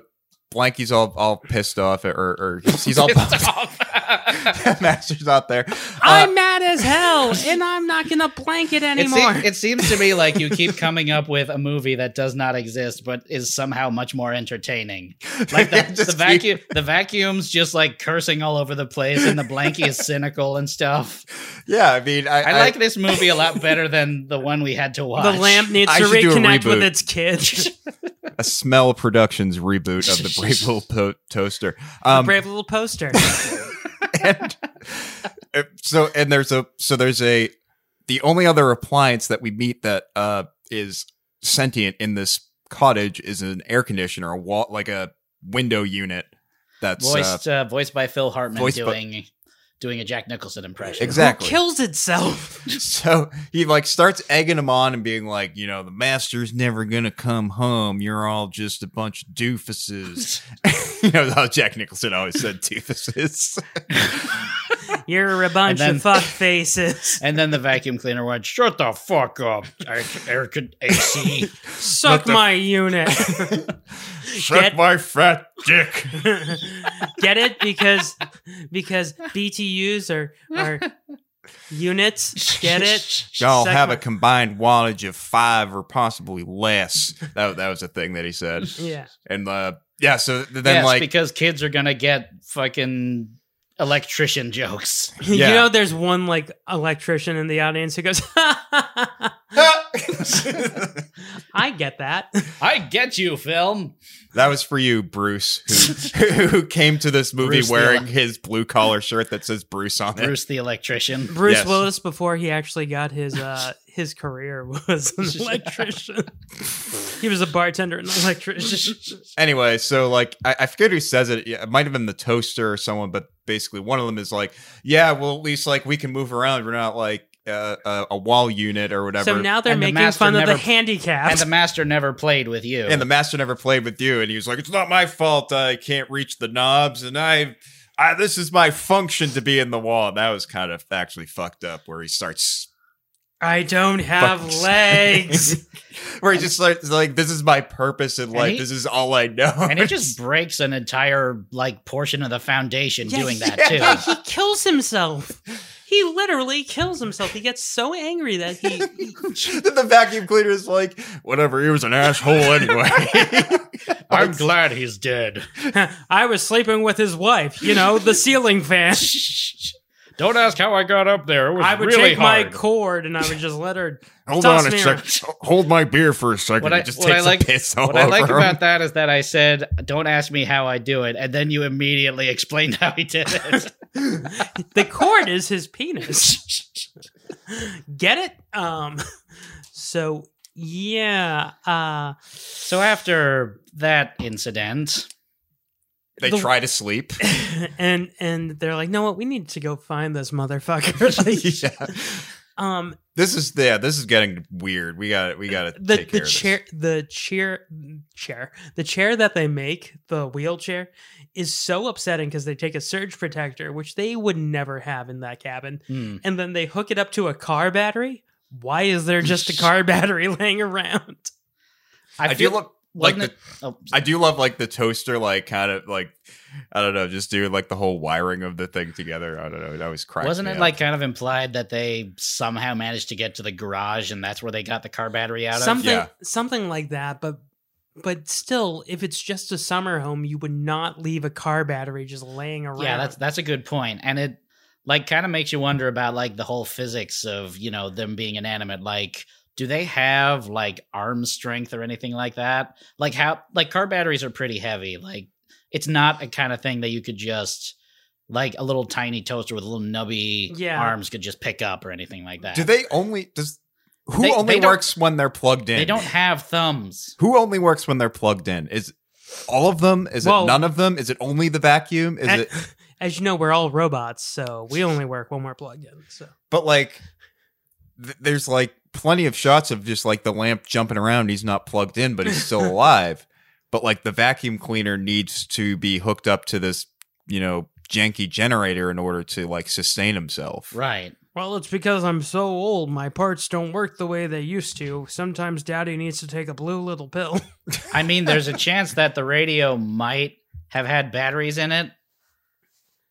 Speaker 10: Blanky's all all pissed off, or, or he's, he's all pissed off. Master's out there. Uh,
Speaker 2: I'm mad as hell, and I'm not gonna blanket
Speaker 11: It,
Speaker 2: anymore.
Speaker 11: se- it seems to me like you keep coming up with a movie that does not exist, but is somehow much more entertaining. Like the, the vacuum, the vacuum's just like cursing all over the place, and the blankie is cynical and stuff.
Speaker 10: Yeah, I mean, I,
Speaker 11: I like this movie a lot better than the one we had to watch.
Speaker 2: the lamp needs
Speaker 10: I
Speaker 2: to
Speaker 10: should do a
Speaker 2: reconnect with
Speaker 10: reboot.
Speaker 2: its kid.
Speaker 10: a Smell Productions reboot of the Brave Little to- Toaster. Um,
Speaker 2: Brave little poster.
Speaker 10: Uh, so and there's a so there's a the only other appliance that we meet that uh is sentient in this cottage is an air conditioner a wall like a window unit that's uh,
Speaker 11: voiced, uh, voiced by Phil Hartman
Speaker 10: voiced by-
Speaker 11: doing doing a Jack Nicholson impression.
Speaker 10: Exactly. Who
Speaker 2: kills itself.
Speaker 10: so he like starts egging him on and being like you know the master's never gonna come home you're all just a bunch of doofuses you know how jack nicholson always said doofuses
Speaker 2: You're a bunch
Speaker 11: then-
Speaker 2: of fuck faces.
Speaker 11: And then the vacuum cleaner went, "Shut the fuck up, air, air con- AC."
Speaker 2: Suck my unit. Get-
Speaker 10: my fat dick
Speaker 2: Get it? Because because BTUs are are units. Get it?
Speaker 10: Y'all
Speaker 2: Suck
Speaker 10: have
Speaker 2: my-
Speaker 10: a combined wattage of five or possibly less. That that was the thing that he said.
Speaker 2: Yeah.
Speaker 10: And uh, yeah, so th- then
Speaker 11: yes,
Speaker 10: like
Speaker 11: because kids are gonna get fucking electrician jokes.
Speaker 2: You
Speaker 10: Yeah.
Speaker 2: know, there's one like electrician in the audience who goes, "I get that."
Speaker 11: I get you, film.
Speaker 10: that was for you, Bruce, who who came to this movie
Speaker 11: Bruce the
Speaker 10: wearing
Speaker 11: elec-
Speaker 10: his blue collar shirt that says Bruce on it.
Speaker 11: Bruce the electrician.
Speaker 2: Bruce
Speaker 10: Yes.
Speaker 2: Willis, before he actually got his uh, his career, was an electrician. he was a bartender and electrician.
Speaker 10: Anyway, so like I, I forget who says it. Yeah, It might have been the toaster or someone, but basically one of them is like, yeah, well at least like we can move around. We're not like uh, a, a wall unit or whatever.
Speaker 2: So now they're
Speaker 11: And the
Speaker 2: making
Speaker 11: master
Speaker 2: fun of the
Speaker 11: never- And
Speaker 2: handicapped.
Speaker 11: the master never played with you.
Speaker 10: and the master never played with you and he was like it's not my fault i can't reach the knobs and i I, this is my function to be in the wall. And that was kind of actually fucked up where he starts,
Speaker 2: I don't have
Speaker 10: Fuck.
Speaker 2: legs.
Speaker 10: where he just starts like, this is my purpose in life.
Speaker 11: he-
Speaker 10: this is all I know.
Speaker 11: and it just breaks an entire like portion of the foundation
Speaker 2: Yeah,
Speaker 11: doing that too.
Speaker 2: yeah, he kills himself. He literally kills himself. He gets so angry that he
Speaker 10: the vacuum cleaner is like, whatever, he was an asshole anyway.
Speaker 11: I'm glad he's dead.
Speaker 2: I was sleeping with his wife, you know, the ceiling fan.
Speaker 11: Don't ask how I got up there. It was
Speaker 2: I would
Speaker 11: really
Speaker 2: take
Speaker 11: hard.
Speaker 2: my cord and I would just let her.
Speaker 10: Hold
Speaker 2: toss
Speaker 10: on a
Speaker 2: me
Speaker 10: sec.
Speaker 2: around.
Speaker 10: Hold my beer for a second.
Speaker 11: what
Speaker 10: He
Speaker 11: I,
Speaker 10: just
Speaker 11: what I
Speaker 10: takes
Speaker 11: like,
Speaker 10: a piss all
Speaker 11: what I like
Speaker 10: over him.
Speaker 11: about that is that I said, "Don't ask me how I do it," and then you immediately explained how he did it.
Speaker 2: The cord is his penis. Get it? Um. So yeah. Uh.
Speaker 11: so after that incident,
Speaker 10: They
Speaker 2: the-
Speaker 10: try to sleep.
Speaker 2: And and they're like, no, what? We need to go find this motherfucker. Like,
Speaker 10: yeah.
Speaker 2: Um.
Speaker 10: This is yeah. This is getting weird. We got we got to
Speaker 2: The
Speaker 10: take
Speaker 2: the
Speaker 10: care of this.
Speaker 2: chair the chair chair the chair that they make the wheelchair is so upsetting because they take a surge protector which they would never have in that cabin
Speaker 11: hmm,
Speaker 2: and then they hook it up to a car battery. Why is there just a car battery laying around?
Speaker 10: I, do
Speaker 11: feel-
Speaker 10: love like the,
Speaker 11: wasn't it- oh,
Speaker 10: I do love like the toaster like kind of like I don't know just doing like the whole wiring of the thing together. I don't know. It always cracks.
Speaker 11: wasn't
Speaker 10: me
Speaker 11: it
Speaker 10: up.
Speaker 11: like kind of implied that they somehow managed to get to the garage and that's where they got the car battery out of?
Speaker 2: Something
Speaker 10: Yeah.
Speaker 2: something like that, but but still, if it's just a summer home, you would not leave a car battery just laying around.
Speaker 11: yeah, that's that's a good point, and it like kind of makes you wonder about like the whole physics of you know them being inanimate, like. Do they have like arm strength or anything like that? Like how like car batteries are pretty heavy. Like it's not a kind of thing that you could just like a little tiny toaster with little nubby
Speaker 2: Yeah.
Speaker 11: arms could just pick up or anything like that.
Speaker 10: do they only does who
Speaker 11: They-
Speaker 10: only
Speaker 11: they don't-
Speaker 10: works when they're plugged in?
Speaker 11: They don't have thumbs.
Speaker 10: Who only works when they're plugged in? Is all of them? Is
Speaker 2: Well-
Speaker 10: it none of them? Is it only the vacuum? Is
Speaker 2: A-
Speaker 10: it?
Speaker 2: as you know, we're all robots, so we only work when we're plugged in. So
Speaker 10: But like, th- there's like plenty of shots of just like the lamp jumping around. He's not plugged in, but he's still alive. But like the vacuum cleaner needs to be hooked up to this, you know, janky generator in order to like sustain himself.
Speaker 11: Right.
Speaker 2: well, it's because I'm so old, my parts don't work the way they used to. Sometimes Daddy needs to take a blue little pill.
Speaker 11: I mean, there's a chance that the radio might have had batteries in it.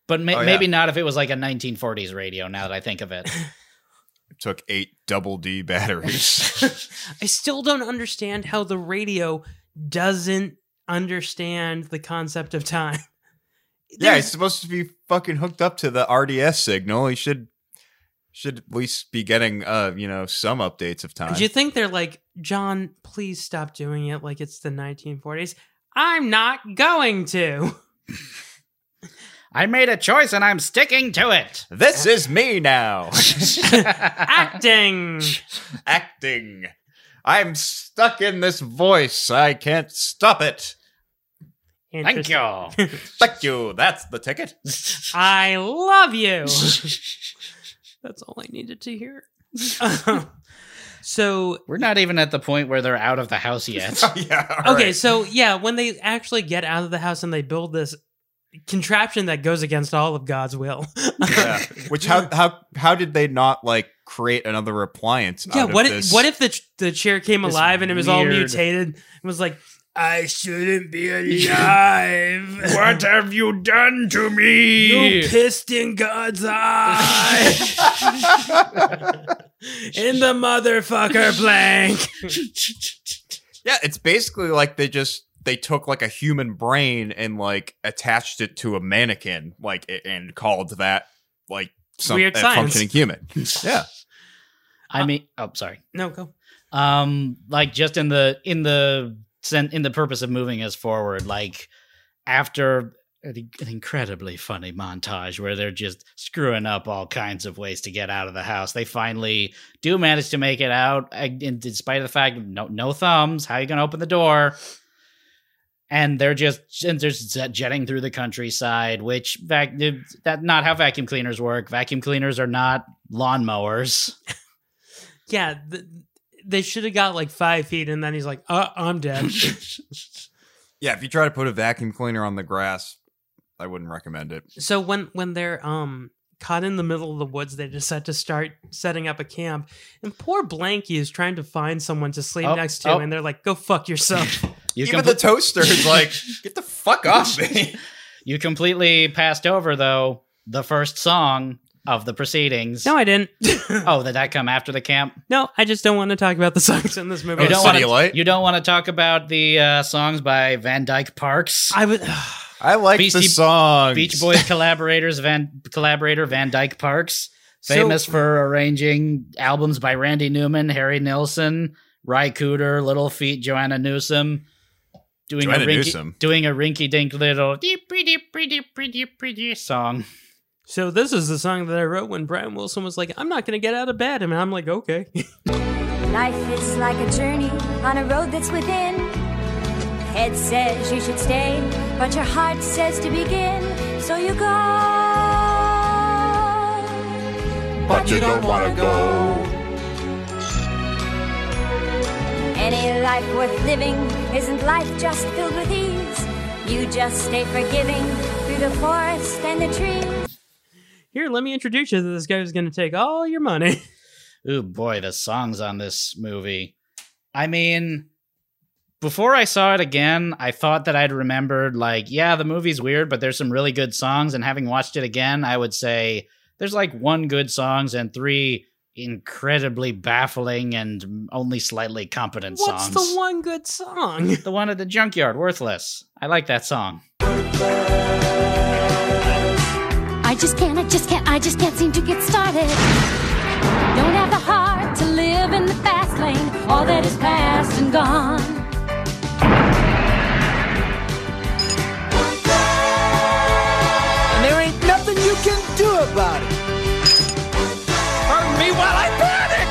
Speaker 11: But ma-
Speaker 10: Oh, yeah.
Speaker 11: maybe not if it was like a 1940s radio. Now that I think of it,
Speaker 10: It took eight double D batteries.
Speaker 2: I still don't understand how the radio doesn't understand the concept of time.
Speaker 10: yeah, it's supposed to be fucking hooked up to the RDS signal. He should should at least be getting uh, you know, some updates of time.
Speaker 2: Do you think they're like, John, please stop doing it like it's the 1940s? I'm not going to.
Speaker 11: I made a choice and I'm sticking to it.
Speaker 10: This is me now.
Speaker 2: Acting.
Speaker 10: Acting. I'm stuck in this voice. I can't stop it.
Speaker 11: Thank you.
Speaker 10: Thank you. That's the ticket.
Speaker 2: I love you. That's all I needed to hear. so
Speaker 11: we're not even at the point where they're out of the house yet.
Speaker 10: yeah.
Speaker 2: Okay, so yeah, when they actually get out of the house and they build this contraption that goes against all of God's will.
Speaker 10: Yeah. Which how how how did they not like create another appliance?
Speaker 2: yeah,
Speaker 10: out of
Speaker 2: what if,
Speaker 10: this?
Speaker 2: what if the ch- the chair came
Speaker 10: This
Speaker 2: alive and it was all
Speaker 10: weird-
Speaker 2: mutated and was like, I shouldn't be alive.
Speaker 12: What have you done to me?
Speaker 2: You pissed in God's eye. in the motherfucker blank.
Speaker 10: Yeah, it's basically like they just they took like a human brain and like attached it to a mannequin, like a- and called that like some
Speaker 11: Weird
Speaker 10: a
Speaker 11: science.
Speaker 10: functioning human. Yeah.
Speaker 11: I mean, oh, sorry.
Speaker 2: No, go.
Speaker 11: Um, like just in the in the sen- in the purpose of moving us forward, like after an an incredibly funny montage where they're just screwing up all kinds of ways to get out of the house, they finally do manage to make it out, uh, in despite of the fact no no thumbs. How you gonna open the door? and they're just and they're just jetting through the countryside, which vac- that not how vacuum cleaners work. Vacuum cleaners are not lawnmowers.
Speaker 2: Yeah, th- they should have got like five feet, and then he's like, uh, I'm dead.
Speaker 10: Yeah, if you try to put a vacuum cleaner on the grass, I wouldn't recommend it.
Speaker 2: so when when they're um caught in the middle of the woods, they decide to start setting up a camp, and poor Blanky is trying to find someone to sleep
Speaker 11: Oh,
Speaker 2: next to,
Speaker 11: oh.
Speaker 2: and they're like, go fuck yourself.
Speaker 11: You
Speaker 10: Even the toaster is like, get the fuck off me.
Speaker 11: you completely passed over though the first song of the proceedings.
Speaker 2: No, I didn't.
Speaker 11: oh, did that come after the camp?
Speaker 2: no, I just don't want to talk about the songs in
Speaker 10: Oh,
Speaker 2: this movie.
Speaker 11: don't want to. You don't want to talk about the uh, songs by Van Dyke Parks.
Speaker 2: I would.
Speaker 10: I like the songs.
Speaker 11: Beach Boys collaborators Van collaborator Van Dyke Parks,
Speaker 2: So-
Speaker 11: famous for arranging albums by Randy Newman, Harry Nilsson, Ry Cooter, Little Feet, Joanna Newsom, doing
Speaker 10: Joanna
Speaker 11: a rinky,
Speaker 10: Newsom.
Speaker 11: doing a rinky-dink little deep song.
Speaker 2: So this is the song that I wrote when Brian Wilson was like, I'm not going to get out of bed, and I'm like, okay.
Speaker 13: Life is like a journey on a road that's within. Head says you should stay, but your heart says to begin, so you go.
Speaker 5: But you don't want to go.
Speaker 13: Any life worth living isn't life just filled with ease. You just stay forgiving through the forest and the trees.
Speaker 2: Here, let me introduce you to this guy who's going to take all your money.
Speaker 11: Ooh boy, the songs on this movie. I mean, before I saw it again, I thought that I'd remembered like, yeah, the movie's weird, but there's some really good songs and having watched it again, I would say there's like one good songs and three incredibly baffling and only slightly competent
Speaker 2: What's
Speaker 11: songs.
Speaker 2: the one good song?
Speaker 11: the one at the junkyard, worthless. I like that song.
Speaker 8: I just can't, I just can't, I just can't seem to get started. Don't have the heart to live in the fast lane. All that is past and gone.
Speaker 4: And there ain't nothing you can do about it. Hurt me while I panic.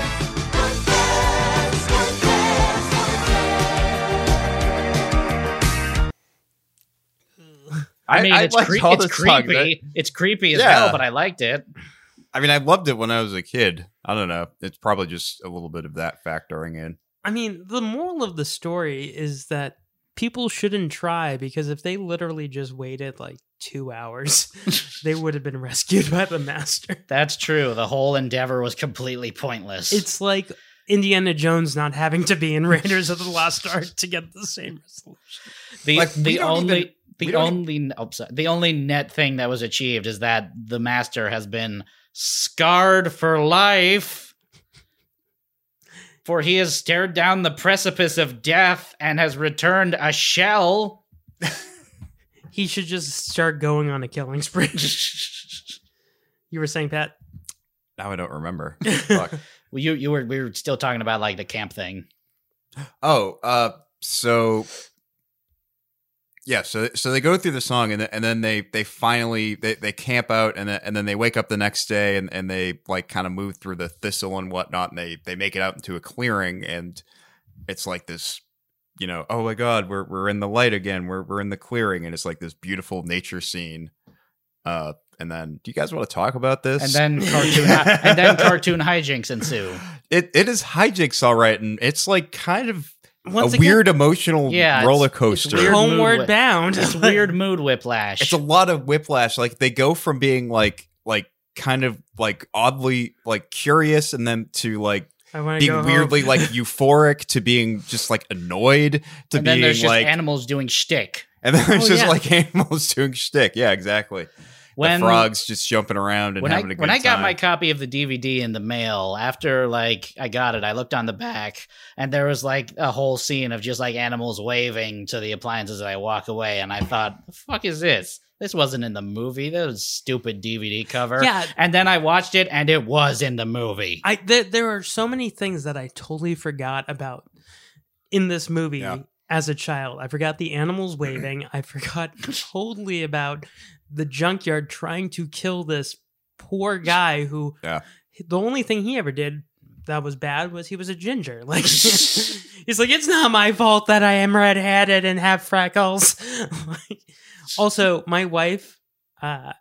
Speaker 11: I mean,
Speaker 10: I
Speaker 11: it's,
Speaker 10: liked
Speaker 11: cre-
Speaker 10: all
Speaker 11: it's
Speaker 10: the songs,
Speaker 11: creepy. It's creepy as
Speaker 10: Yeah.
Speaker 11: hell, but I liked it.
Speaker 10: I mean, I loved it when I was a kid. I don't know. It's probably just a little bit of that factoring in.
Speaker 2: I mean, the moral of the story is that people shouldn't try because if they literally just waited like two hours, they would have been rescued by the master.
Speaker 11: That's true. The whole endeavor was completely pointless.
Speaker 2: It's like Indiana Jones not having to be in Raiders of the Lost Ark to get the same result.
Speaker 11: The
Speaker 2: Like, we
Speaker 11: the
Speaker 2: don't
Speaker 11: only
Speaker 2: even-
Speaker 11: The only oh, sorry, the only net thing that was achieved is that the master has been scarred for life. For he has stared down the precipice of death and has returned a shell.
Speaker 2: he should just start going on a killing spree. you were saying, Pat?
Speaker 10: Now I don't remember.
Speaker 11: Fuck. well, you you were we were still talking about like the camp thing.
Speaker 10: Oh, uh, so yeah, so so they go through the song and then, and then they they finally they, they camp out and then, and then they wake up the next day and, and they like kind of move through the thistle and whatnot and they they make it out into a clearing and it's like this you know oh my god we're we're in the light again we're we're in the clearing and it's like this beautiful nature scene uh and then do you guys want to talk about this?
Speaker 11: And then cartoon hi- and then cartoon hijinks ensue.
Speaker 10: It it is hijinks all right, and it's like kind of Once a again, weird emotional yeah, roller coaster. It's,
Speaker 2: it's homeward whi- bound.
Speaker 11: it's weird mood whiplash.
Speaker 10: It's a lot of whiplash. Like they go from being like like kind of like oddly like curious, and then to like being weirdly like euphoric to being just like annoyed to
Speaker 11: and
Speaker 10: being
Speaker 11: there's
Speaker 10: like
Speaker 11: animals doing shtick.
Speaker 10: And then there's oh, just yeah. like animals doing shtick. Yeah, exactly when the frogs just jumping around and
Speaker 11: when
Speaker 10: having
Speaker 11: I,
Speaker 10: a good
Speaker 11: When I got
Speaker 10: time.
Speaker 11: my copy of the DVD in the mail, after like I got it, I looked on the back and there was like a whole scene of just like animals waving to the appliances as I walk away, and I thought, the fuck is this? This wasn't in the movie. That was stupid DVD cover.
Speaker 2: Yeah.
Speaker 11: And then I watched it, and it was in the movie.
Speaker 2: I th- there are so many things that I totally forgot about in this movie. Yeah. As a child, I forgot the animals waving. I forgot totally about the junkyard trying to kill this poor guy who
Speaker 10: yeah.
Speaker 2: the only thing he ever did that was bad was he was a ginger. Like he's like, it's not my fault that I am redheaded and have freckles. also, my wife, uh,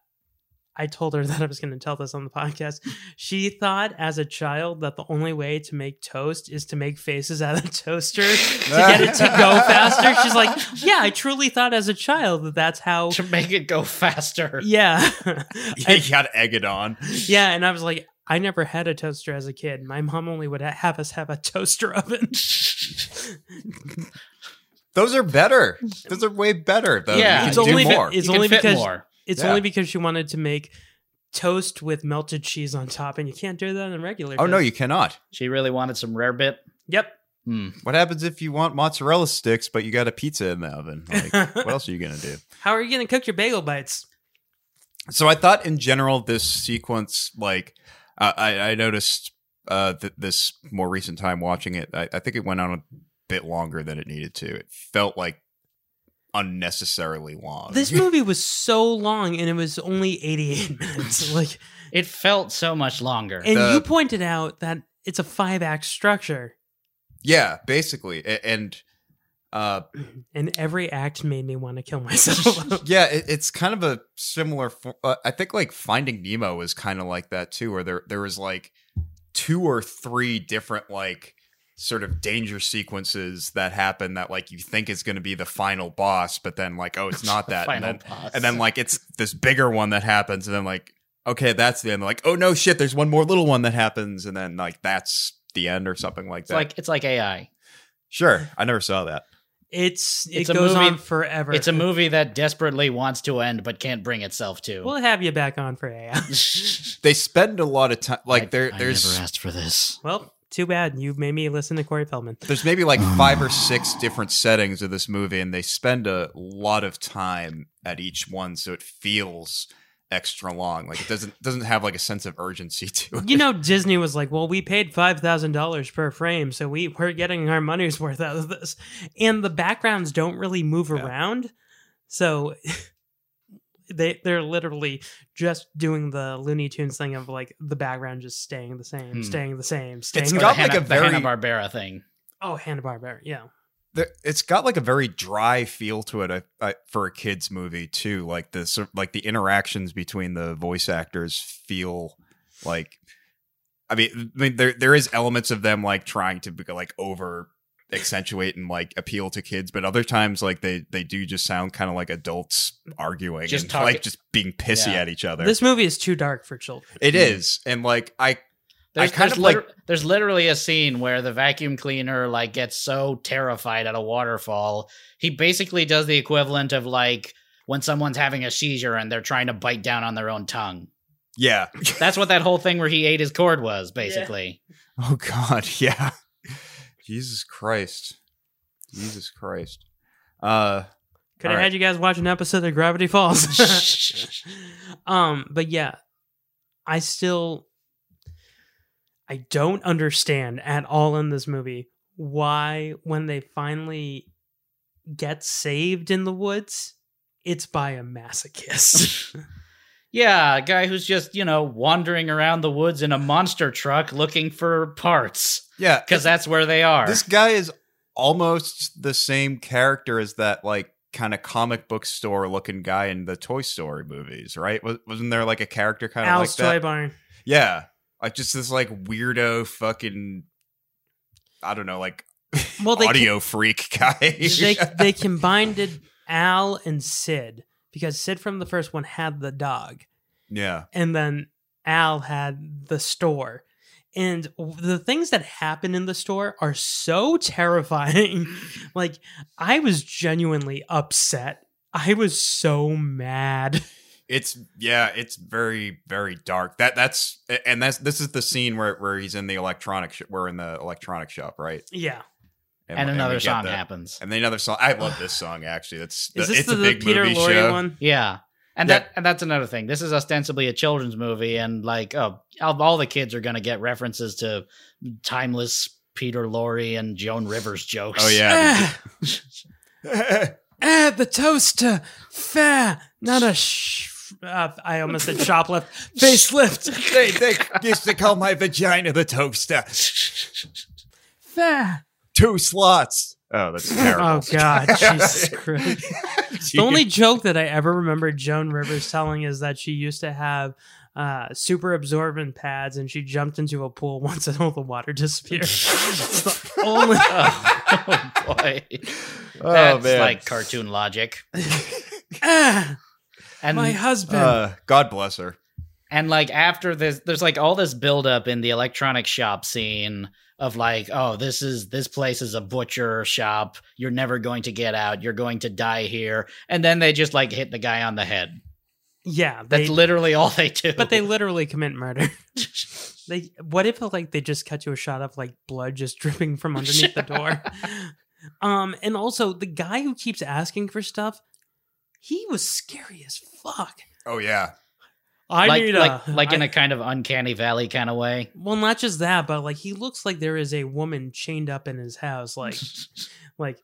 Speaker 2: I told her that I was going to tell this on the podcast. She thought as a child that the only way to make toast is to make faces out of toaster to get it to go faster. She's like, yeah, I truly thought as a child that that's how
Speaker 11: to make it go faster.
Speaker 2: Yeah.
Speaker 10: you got to egg it on.
Speaker 2: Yeah. And I was like, I never had a toaster as a kid. My mom only would have us have a toaster oven.
Speaker 10: Those are better.
Speaker 2: Mm.
Speaker 10: Those are way better. Though. Yeah.
Speaker 2: It's only,
Speaker 10: more.
Speaker 2: Be- it's
Speaker 11: you
Speaker 2: only because.
Speaker 11: More.
Speaker 2: It's yeah. only because she wanted to make toast with melted cheese on top, and you can't do that in regular.
Speaker 10: Oh no, you cannot.
Speaker 11: She really wanted some rare bit.
Speaker 2: Yep. Hmm.
Speaker 11: Mm.
Speaker 10: What happens if you want mozzarella sticks, but you got a pizza in the oven? Like, what else are you gonna do?
Speaker 2: How are you gonna cook your bagel bites?
Speaker 10: So I thought, in general, this sequence, like, uh, I, I, noticed uh, th- this more recent time watching it, I, I think it went on a bit longer than it needed to. It felt like unnecessarily long.
Speaker 2: This movie was so long and it was only 88 minutes. Like
Speaker 11: it felt so much longer.
Speaker 2: And the, you pointed out that it's a five act structure.
Speaker 10: Yeah, basically. And uh
Speaker 2: and every act made me want to kill myself.
Speaker 10: yeah, it, it's kind of a similar for, uh, I think like Finding Nemo was kind of like that too where there there was like two or three different like sort of danger sequences that happen that like you think is going to be the final boss but then like oh it's not that and then boss. and then like it's this bigger one that happens and then like okay that's the end like oh no shit there's one more little one that happens and then like that's the end or something like
Speaker 11: it's
Speaker 10: that
Speaker 11: like it's like ai
Speaker 10: sure i never saw that
Speaker 2: it's it it's goes movie, on forever
Speaker 11: it's a movie that desperately wants to end but can't bring itself to
Speaker 2: we'll have you back on for ai
Speaker 10: they spend a lot of time like I, there
Speaker 11: I
Speaker 10: there's
Speaker 11: never asked for this
Speaker 2: well too bad you've made me listen to Corey Feldman.
Speaker 10: There's maybe like five or six different settings of this movie, and they spend a lot of time at each one, so it feels extra long. Like it doesn't doesn't have like a sense of urgency to it.
Speaker 2: You know, Disney was like, "Well, we paid five thousand dollars per frame, so we we're getting our money's worth out of this," and the backgrounds don't really move yeah. around, so. they they're literally just doing the Looney Tunes thing of like the background just staying the same, hmm. staying the same, staying.
Speaker 10: It's
Speaker 2: the
Speaker 10: got like Hanna, a very
Speaker 11: Hanna Barbera thing.
Speaker 2: Oh, Hanna Barbera, yeah.
Speaker 10: The, it's got like a very dry feel to it I, I, for a kids movie too. Like the like the interactions between the voice actors feel like. I mean, I mean, there there is elements of them like trying to like over accentuate and like appeal to kids, but other times like they they do just sound kind of like adults arguing, just and, like just being pissy yeah. at each other.
Speaker 2: This movie is too dark for children.
Speaker 10: It mm-hmm. is, and like I.
Speaker 11: There's,
Speaker 10: I kind
Speaker 11: there's
Speaker 10: of like,
Speaker 11: liter- there's literally a scene where the vacuum cleaner like gets so terrified at a waterfall, he basically does the equivalent of like when someone's having a seizure and they're trying to bite down on their own tongue.
Speaker 10: Yeah.
Speaker 11: That's what that whole thing where he ate his cord was, basically.
Speaker 10: Yeah. Oh god, yeah. Jesus Christ. Jesus Christ. Uh
Speaker 2: could have right. had you guys watch an episode of Gravity Falls. um, but yeah, I still I don't understand at all in this movie why when they finally get saved in the woods, it's by a masochist.
Speaker 11: yeah, a guy who's just, you know, wandering around the woods in a monster truck looking for parts.
Speaker 10: Yeah.
Speaker 11: Cuz that's where they are.
Speaker 10: This guy is almost the same character as that like kind of comic book store looking guy in the Toy Story movies, right? Wasn't there like a character kind of
Speaker 2: Al's
Speaker 10: like that?
Speaker 2: Toy Barn?
Speaker 10: Yeah, like just this like weirdo fucking, I don't know, like well, they audio can, freak guy.
Speaker 2: they they combined it Al and Sid because Sid from the first one had the dog,
Speaker 10: yeah,
Speaker 2: and then Al had the store. And the things that happen in the store are so terrifying. like, I was genuinely upset. I was so mad.
Speaker 10: It's yeah, it's very very dark. That that's and that's this is the scene where where he's in the electronic sh- we're in the electronic shop, right?
Speaker 2: Yeah.
Speaker 11: And, and another and song the, happens.
Speaker 10: And another song. I love this song actually. That's
Speaker 2: is
Speaker 10: the,
Speaker 2: this
Speaker 10: it's
Speaker 2: the,
Speaker 10: a big
Speaker 2: the Peter
Speaker 10: movie
Speaker 2: Lorre
Speaker 10: show.
Speaker 2: one?
Speaker 11: Yeah. And yeah. that and that's another thing. This is ostensibly a children's movie, and like oh, all the kids are going to get references to timeless Peter Lorre and Joan Rivers jokes.
Speaker 10: Oh yeah,
Speaker 2: ah, ah, the toaster fair, not a. Sh- uh, I almost said shoplift, facelift.
Speaker 10: they they used to call my vagina the toaster.
Speaker 2: Fair.
Speaker 10: Two slots. Oh, that's terrible.
Speaker 2: Oh God, Jesus Christ! the only joke that I ever remember Joan Rivers telling is that she used to have uh, super absorbent pads, and she jumped into a pool once, and all the water disappeared. the only.
Speaker 11: oh, oh boy, oh, that's man. like cartoon logic.
Speaker 2: ah, and my husband. Uh,
Speaker 10: God bless her.
Speaker 11: And like after this, there's like all this buildup in the electronic shop scene of like, oh, this is this place is a butcher shop. You're never going to get out. You're going to die here. And then they just like hit the guy on the head.
Speaker 2: Yeah,
Speaker 11: they, that's literally all they do.
Speaker 2: But they literally commit murder. they what if like they just cut you a shot of like blood just dripping from underneath the door? Um, and also the guy who keeps asking for stuff, he was scary as fuck.
Speaker 10: Oh yeah.
Speaker 2: I
Speaker 11: like,
Speaker 2: need
Speaker 11: like,
Speaker 2: a,
Speaker 11: like in
Speaker 2: I,
Speaker 11: a kind of uncanny valley kind of way.
Speaker 2: Well, not just that, but like he looks like there is a woman chained up in his house. Like, like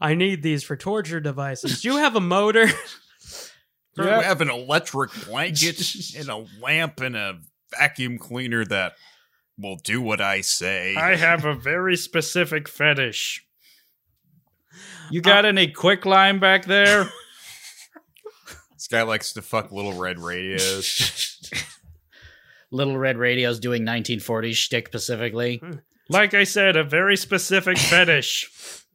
Speaker 2: I need these for torture devices. Do you have a motor?
Speaker 10: Do you have an electric blanket and a lamp and a vacuum cleaner that will do what I say?
Speaker 12: I have a very specific fetish. You got uh, any quick lime back there?
Speaker 10: This guy likes to fuck little red radios.
Speaker 11: little red radios doing 1940s shtick specifically.
Speaker 2: Hmm.
Speaker 12: Like I said, a very specific fetish.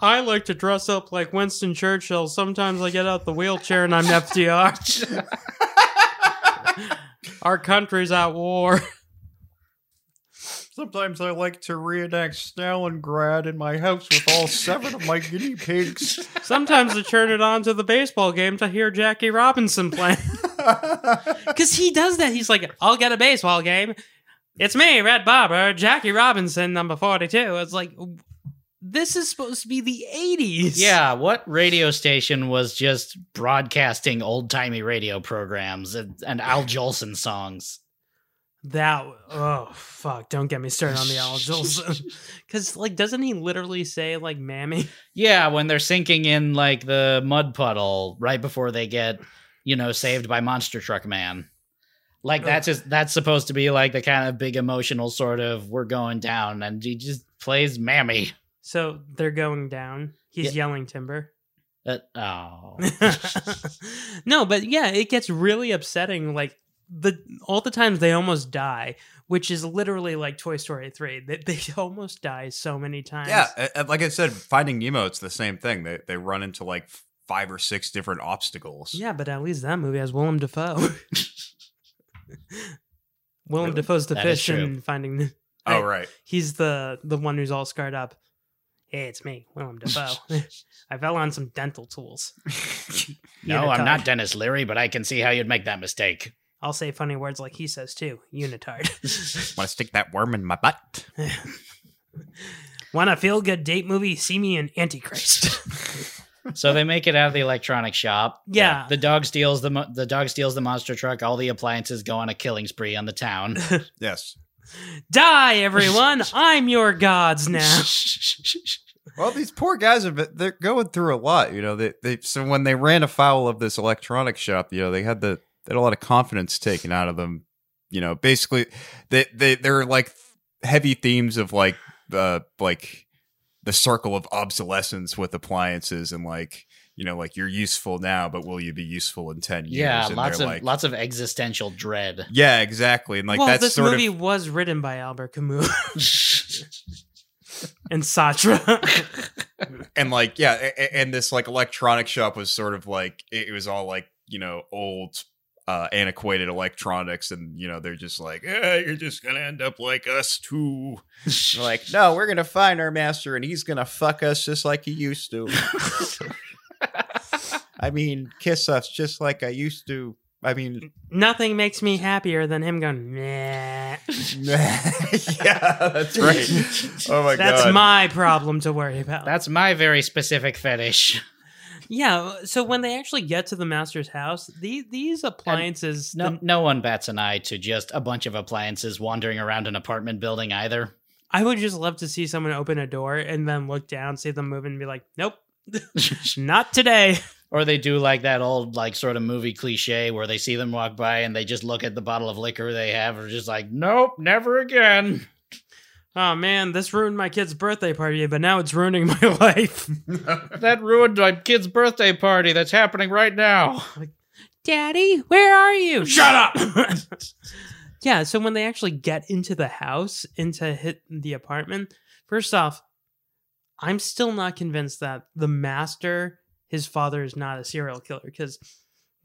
Speaker 2: I like to dress up like Winston Churchill. Sometimes I get out the wheelchair and I'm FDR. Our country's at war.
Speaker 10: Sometimes I like to reenact Stalingrad in my house with all seven of my guinea pigs.
Speaker 2: Sometimes I turn it on to the baseball game to hear Jackie Robinson play. Because he does that. He's like, I'll get a baseball game. It's me, Red Barber, Jackie Robinson, number 42. It's like, this is supposed to be the 80s.
Speaker 11: Yeah, what radio station was just broadcasting old timey radio programs and, and Al Jolson songs?
Speaker 2: That oh fuck! Don't get me started on the Al Jolson, because like doesn't he literally say like "mammy"?
Speaker 11: Yeah, when they're sinking in like the mud puddle right before they get you know saved by Monster Truck Man. Like that's just that's supposed to be like the kind of big emotional sort of we're going down, and he just plays "mammy."
Speaker 2: So they're going down. He's yeah. yelling timber.
Speaker 11: Uh, oh.
Speaker 2: no, but yeah, it gets really upsetting. Like the all the times they almost die, which is literally like Toy Story three. They, they almost die so many times.
Speaker 10: Yeah, and like I said, Finding Nemo, it's the same thing. They they run into like five or six different obstacles.
Speaker 2: Yeah, but at least that movie has Willem Dafoe. Willem Dafoe's the
Speaker 11: That is
Speaker 2: fish
Speaker 11: true.
Speaker 2: in Finding. Nemo.
Speaker 10: Oh right,
Speaker 2: He's the the one who's all scarred up. Hey, it's me, Willem Dafoe. I fell on some dental tools.
Speaker 11: No, I'm
Speaker 2: Unitard.
Speaker 11: not Dennis Leary, but I can see how you'd make that mistake.
Speaker 2: I'll say funny words like he says too. Unitard.
Speaker 10: Want to stick that worm in my butt?
Speaker 2: Want a feel good date movie? See me in Antichrist.
Speaker 11: So they make it out of the electronic shop.
Speaker 2: Yeah.
Speaker 11: The dog steals the mo- the dog steals the monster truck. All the appliances go on a killing spree on the town.
Speaker 10: yes.
Speaker 2: Die, everyone! I'm your gods now.
Speaker 10: Well, these poor guys have been, they're going through a lot, you know. They they so when they ran afoul of this electronic shop, you know, they had the they had a lot of confidence taken out of them. You know, basically they they they're like heavy themes of like uh like the circle of obsolescence with appliances and like you know, like you're useful now, but will you be useful in ten years?
Speaker 11: yeah,
Speaker 10: And
Speaker 11: lots
Speaker 10: they're
Speaker 11: of
Speaker 10: like,
Speaker 11: lots of existential dread.
Speaker 10: yeah, exactly, and like
Speaker 2: well,
Speaker 10: that's
Speaker 2: this
Speaker 10: sort
Speaker 2: movie
Speaker 10: of
Speaker 2: was written by Albert Camus and Satra.
Speaker 10: and like yeah a- a- and this like electronic shop was sort of like it it was all like you know old uh antiquated electronics and you know they're just like yeah you're just gonna end up like us too They're like no we're gonna find our master and he's gonna fuck us just like he used to i mean kiss us just like i used to i mean
Speaker 2: Nothing makes me happier than him going. Nah.
Speaker 10: yeah, that's right. Oh my
Speaker 2: That's
Speaker 10: god
Speaker 2: my problem to worry about.
Speaker 11: That's my very specific fetish.
Speaker 2: Yeah. So when they actually get to the master's house, these these appliances.
Speaker 11: No, no one bats an eye to just a bunch of appliances wandering around an apartment building either.
Speaker 2: I would just love to see someone open a door and then look down, see them move, and be like, "Nope, not today."
Speaker 11: Or they do like that old like sort of movie cliche where they see them walk by and they just look at the bottle of liquor they have or just like, nope, never again.
Speaker 2: Oh man, this ruined my kid's birthday party, but now it's ruining my life.
Speaker 11: That ruined my kid's birthday party that's happening right now.
Speaker 2: Daddy, where are you? Shut up. yeah. So when they actually get into the house, into hit the apartment, first off, I'm still not convinced that the master, his father, is not a serial killer because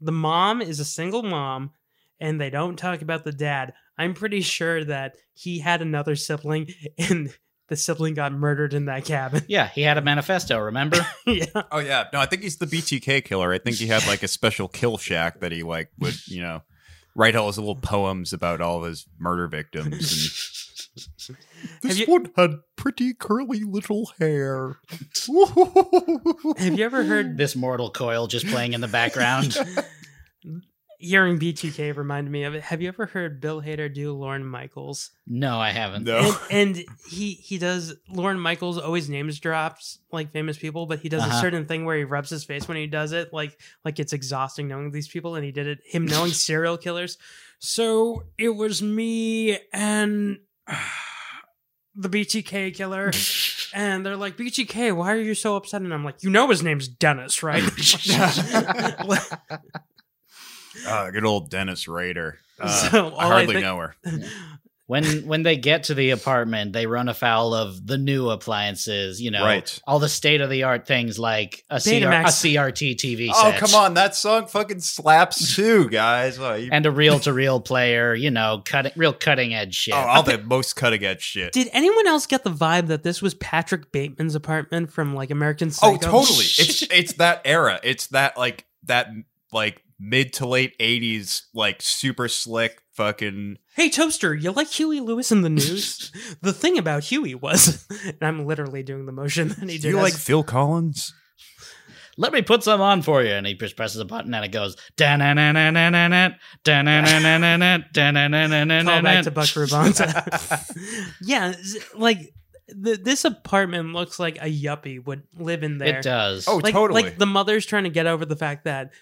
Speaker 2: the mom is a single mom, and they don't talk about the dad. I'm pretty sure that he had another sibling, and the sibling got murdered in that cabin.
Speaker 11: Yeah, he had a manifesto, remember?
Speaker 10: oh yeah no i think he's the btk killer i think he had like a special kill shack that he like would you know write all his little poems about all of his murder victims
Speaker 2: Have you-
Speaker 7: one had pretty curly little hair.
Speaker 2: Have you ever heard
Speaker 11: this mortal coil just playing in the background.
Speaker 2: hearing BTK reminded me of it. Have you ever heard Bill Hader do Lauren Michaels?
Speaker 11: No, I haven't.
Speaker 10: No. Oh.
Speaker 2: And, and he he does Lauren Michaels always names drops like famous people, but he does a
Speaker 11: Uh-huh.
Speaker 2: certain thing where he rubs his face when he does it, like like it's exhausting knowing these people. And he did it him knowing serial killers. So it was me and the BTK killer. And they're like, BTK, why are you so upset? And I'm like, you know his name's Dennis, right?
Speaker 10: Ah, good old dennis rader Uh,
Speaker 2: So, all
Speaker 10: i
Speaker 2: I
Speaker 10: hardly
Speaker 2: think-
Speaker 10: know her
Speaker 11: When when they get to the apartment, they run afoul of the new appliances, you know,
Speaker 10: Right.
Speaker 11: all the state of the art things like a, CR- a
Speaker 10: Betamax.
Speaker 11: CRT TV
Speaker 10: oh
Speaker 11: set.
Speaker 10: come on that song fucking slaps too guys oh, you-
Speaker 11: And a reel to reel player, you know, cutting real cutting edge shit.
Speaker 10: oh, all the most cutting edge shit
Speaker 2: Did anyone else get the vibe that this was Patrick Bateman's apartment from like American Psycho?
Speaker 10: oh totally it's it's that era it's that like that like mid to late 80s like super slick fucking
Speaker 2: hey, Toaster, you like Huey Lewis in the news? the thing about Huey was, and I'm literally doing the motion that he did.
Speaker 10: you
Speaker 2: as-
Speaker 10: like phil collins
Speaker 11: Let me put some on for you. And he just presses a button and it goes da na na na na na na da na na na na na da na na na na na
Speaker 2: Call back to Buck Rubanta. yeah, z- like th- this apartment looks like a yuppie would live in there.
Speaker 11: It does.
Speaker 10: Oh,
Speaker 2: like,
Speaker 10: totally.
Speaker 2: Like the mother's trying to get over the fact that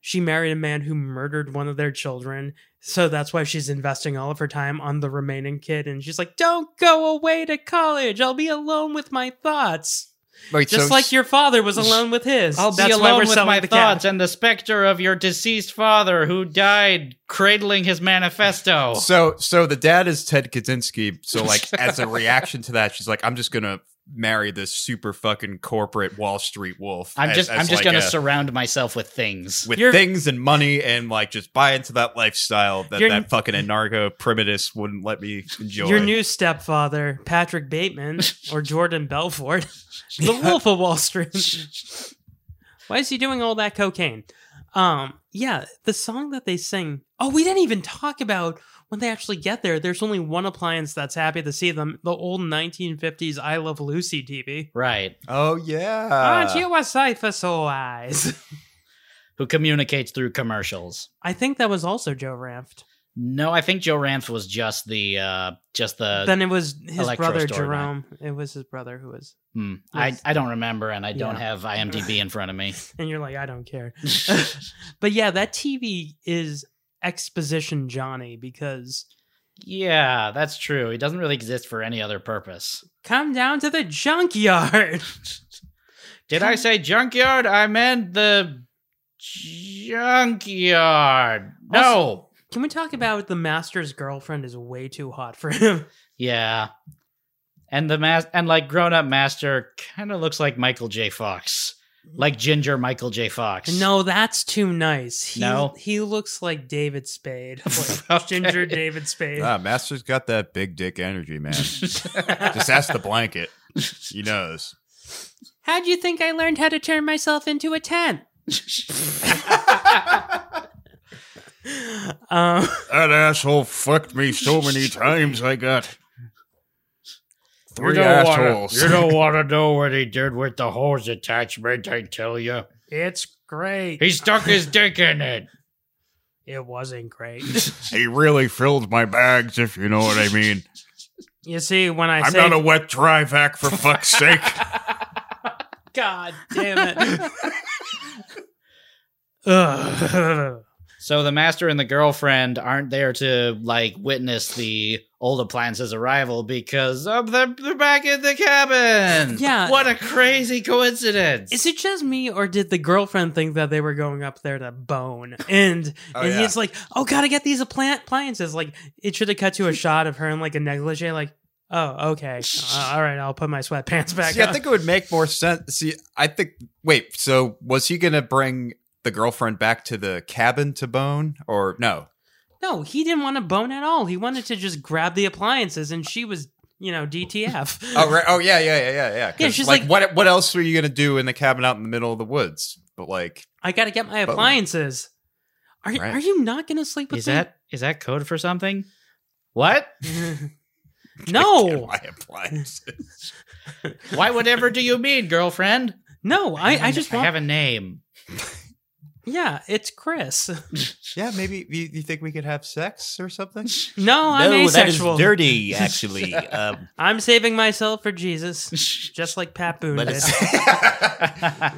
Speaker 2: she married a man who murdered one of their children, so that's why she's investing all of her time on the remaining kid. And she's like, "Don't go away to college. I'll be alone with my thoughts,
Speaker 10: Right,
Speaker 2: just
Speaker 10: so-
Speaker 2: like your father was alone with his."
Speaker 11: I'll
Speaker 2: that's why
Speaker 11: be
Speaker 2: we're
Speaker 11: Oh, alone with
Speaker 2: selling
Speaker 11: my
Speaker 2: the
Speaker 11: thoughts
Speaker 2: Cat.
Speaker 11: and the specter of your deceased father who died cradling his manifesto.
Speaker 10: So, so the dad is Ted Kaczynski. So, like, as a reaction to that, she's like, "I'm just gonna marry this super fucking corporate Wall Street wolf.
Speaker 11: I'm
Speaker 10: as-
Speaker 11: just
Speaker 10: as
Speaker 11: I'm just
Speaker 10: like
Speaker 11: gonna
Speaker 10: a-
Speaker 11: surround myself with things.
Speaker 10: with things and money and like just buy into that lifestyle that
Speaker 2: You're-
Speaker 10: that fucking anarcho primitivist wouldn't let me enjoy.
Speaker 2: Your new stepfather, Patrick Bateman or Jordan Belfort, the Wolf of Wall Street. Why is he doing all that cocaine? Um, yeah, the song that they sing. Oh, we didn't even talk about when they actually get there. There's only one appliance that's happy to see them: the old 1950s "I Love Lucy" TV.
Speaker 11: Right.
Speaker 10: Oh
Speaker 11: Uh,
Speaker 10: yeah.
Speaker 2: Aren't you a sight for sore eyes?
Speaker 11: Who communicates through commercials.
Speaker 2: I think that was also Joe Ranft.
Speaker 11: No, I think Joe Ranth was just the uh just the
Speaker 2: then it was his
Speaker 11: Electro
Speaker 2: brother
Speaker 11: storyline.
Speaker 2: Jerome. It was his brother who was.
Speaker 11: Hmm.
Speaker 2: Yes.
Speaker 11: I, I don't remember and I don't
Speaker 2: Yeah.
Speaker 11: have IMDb in front of me.
Speaker 2: and you're like, I don't care. but yeah, that TV is exposition Johnny because
Speaker 11: Yeah, that's true. It doesn't really exist for any other purpose.
Speaker 2: come down to the junkyard.
Speaker 11: Did I say junkyard? I meant the junkyard. No.
Speaker 2: Also, can we talk about the master's girlfriend is way too hot for him?
Speaker 11: Yeah. And the mas and like grown up master kind of looks like Michael J. Fox. Like ginger Michael J. Fox.
Speaker 2: No, that's too nice. He,
Speaker 11: No?
Speaker 2: he looks like David Spade, like Ginger David Spade.
Speaker 11: Um,
Speaker 10: Ah, Master's got that big dick energy, man. just ask the blanket. He knows.
Speaker 2: How do you think I learned how to turn myself into a tent? um,
Speaker 5: That asshole fucked me so many times I got
Speaker 11: You
Speaker 5: three
Speaker 11: don't, wanna,
Speaker 5: assholes.
Speaker 11: you don't wanna know what he did with the hose attachment, I tell you.
Speaker 2: It's great.
Speaker 11: He stuck his dick in it.
Speaker 2: It wasn't great.
Speaker 5: he really filled my bags, if you know what I mean.
Speaker 2: you see, when I
Speaker 5: I'm
Speaker 2: say
Speaker 5: not a wet dry vac for fuck's sake.
Speaker 2: God damn it. Ugh.
Speaker 11: So the master and the girlfriend aren't there to like witness the old appliance's arrival because of the they're back in the cabin.
Speaker 2: Yeah.
Speaker 11: What a crazy coincidence.
Speaker 2: Is it just me, or did the girlfriend think that they were going up there to bone? And
Speaker 11: Oh,
Speaker 2: and
Speaker 11: yeah.
Speaker 2: he's like, "Oh, gotta get these appla- appliances." Like it should have cut to a shot of her in like a negligee. Like, oh, okay, Uh, all right, I'll put my sweatpants back.
Speaker 10: See, I
Speaker 2: on."
Speaker 10: think it would make more sense. See, I think. Wait, so was he gonna bring the girlfriend back to the cabin to bone, or no?
Speaker 2: no, he didn't want to bone at all. He wanted to just grab the appliances, and she was, you know, DTF.
Speaker 10: Oh, right. Oh, yeah, yeah, yeah, yeah, yeah. 'Cause,
Speaker 2: Yeah, she's
Speaker 10: like,
Speaker 2: like-
Speaker 10: what? What else were you gonna do in the cabin out in the middle of the woods? But like,
Speaker 2: I gotta get my
Speaker 10: Bone.
Speaker 2: appliances. Are
Speaker 10: Right.
Speaker 2: are you not gonna sleep with
Speaker 11: Is
Speaker 2: me?
Speaker 11: that is that code for something? What?
Speaker 2: no,
Speaker 10: my appliances.
Speaker 11: Why whatever do you mean, girlfriend?
Speaker 2: no, I, I just
Speaker 11: I
Speaker 2: want.
Speaker 11: have a name.
Speaker 2: yeah, it's Chris.
Speaker 10: yeah, maybe you, you think we could have sex or something?
Speaker 2: No, I'm
Speaker 14: no, that is
Speaker 2: asexual.
Speaker 14: dirty. Actually, um,
Speaker 2: I'm saving myself for Jesus, just like Pat Boone
Speaker 14: Let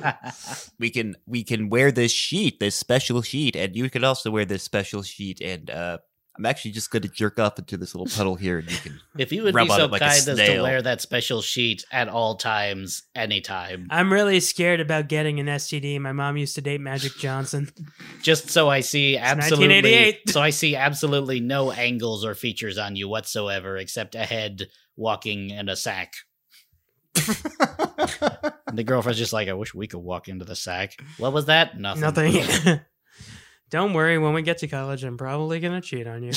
Speaker 2: did.
Speaker 14: we can we can wear this sheet, this special sheet, and you can also wear this special sheet. And uh, I'm actually just going to jerk off into this little puddle here, and you can
Speaker 11: If you would
Speaker 14: rub
Speaker 11: be
Speaker 14: on
Speaker 11: so
Speaker 14: it like a
Speaker 11: kind as to
Speaker 14: snail.
Speaker 11: wear that special sheet at all times, anytime.
Speaker 2: I'm really scared about getting an STD. My mom used to date Magic Johnson.
Speaker 11: Just so I see absolutely
Speaker 2: 1988.
Speaker 11: so I see absolutely no angles or features on you whatsoever except a head walking in a sack. the girlfriend's just like, I wish we could walk into the sack. What was that? Nothing.
Speaker 2: Nothing. Don't worry, when we get to college, I'm probably going to cheat on you.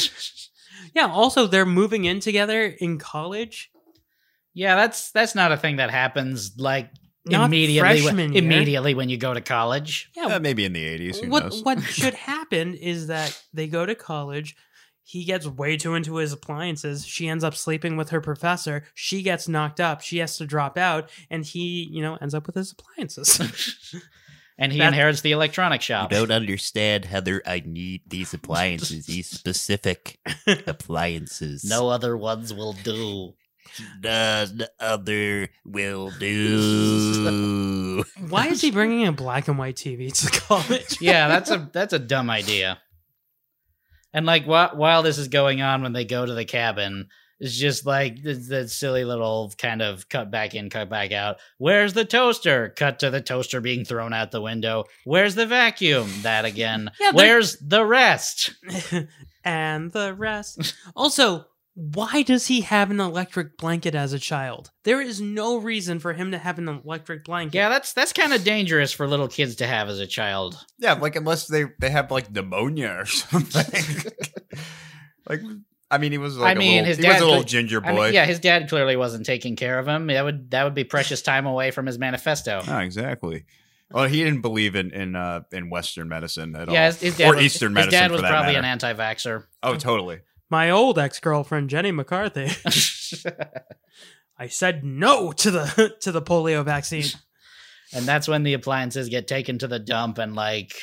Speaker 2: yeah, also, they're moving in together in college.
Speaker 11: yeah, that's that's not a thing that happens like
Speaker 2: Not
Speaker 11: immediately when,
Speaker 2: freshman year.
Speaker 11: immediately when you go to college.
Speaker 2: Yeah,
Speaker 10: Uh, maybe in the eighties. Who
Speaker 2: what
Speaker 10: knows?
Speaker 2: what should happen is that they go to college he gets way too into his appliances she ends up sleeping with her professor she gets knocked up she has to drop out and he you know ends up with his appliances
Speaker 11: And he
Speaker 2: That-
Speaker 11: inherits the electronic shop.
Speaker 14: You don't understand, Heather. I need these appliances, these specific appliances.
Speaker 11: No other ones will do.
Speaker 14: none other will do.
Speaker 2: why is he bringing a black and white tv to college
Speaker 11: yeah, that's a that's a dumb idea. And like while while this is going on, when they go to the cabin, it's just like th- that silly little kind of cut back in, cut back out. Where's the toaster? Cut to the toaster being thrown out the window. Where's the vacuum? That again.
Speaker 2: Yeah, they-
Speaker 11: Where's the rest?
Speaker 2: and the rest also Why does he have an electric blanket as a child? There is no reason for him to have an electric blanket.
Speaker 11: Yeah, that's that's kind of dangerous for little kids to have as a child.
Speaker 10: Yeah, like unless they they have like pneumonia or something. like I mean, he was like
Speaker 11: I mean,
Speaker 10: a little,
Speaker 11: his
Speaker 10: he
Speaker 11: dad
Speaker 10: was a little
Speaker 11: cle-
Speaker 10: ginger boy.
Speaker 11: I mean, yeah, his dad clearly wasn't taking care of him. That would that would be precious time away from his manifesto.
Speaker 10: Ah, exactly. Well, he didn't believe in in uh, in Western medicine at
Speaker 11: yeah,
Speaker 10: all,
Speaker 11: his, his dad
Speaker 10: or
Speaker 11: was,
Speaker 10: Eastern
Speaker 11: his
Speaker 10: medicine.
Speaker 11: dad
Speaker 10: for
Speaker 11: was
Speaker 10: that
Speaker 11: probably
Speaker 10: matter.
Speaker 11: an anti-vaxer.
Speaker 10: Oh, totally.
Speaker 2: My old ex girlfriend Jenny McCarthy. I said no to the to the polio vaccine.
Speaker 11: and that's when the appliances get taken to the dump and like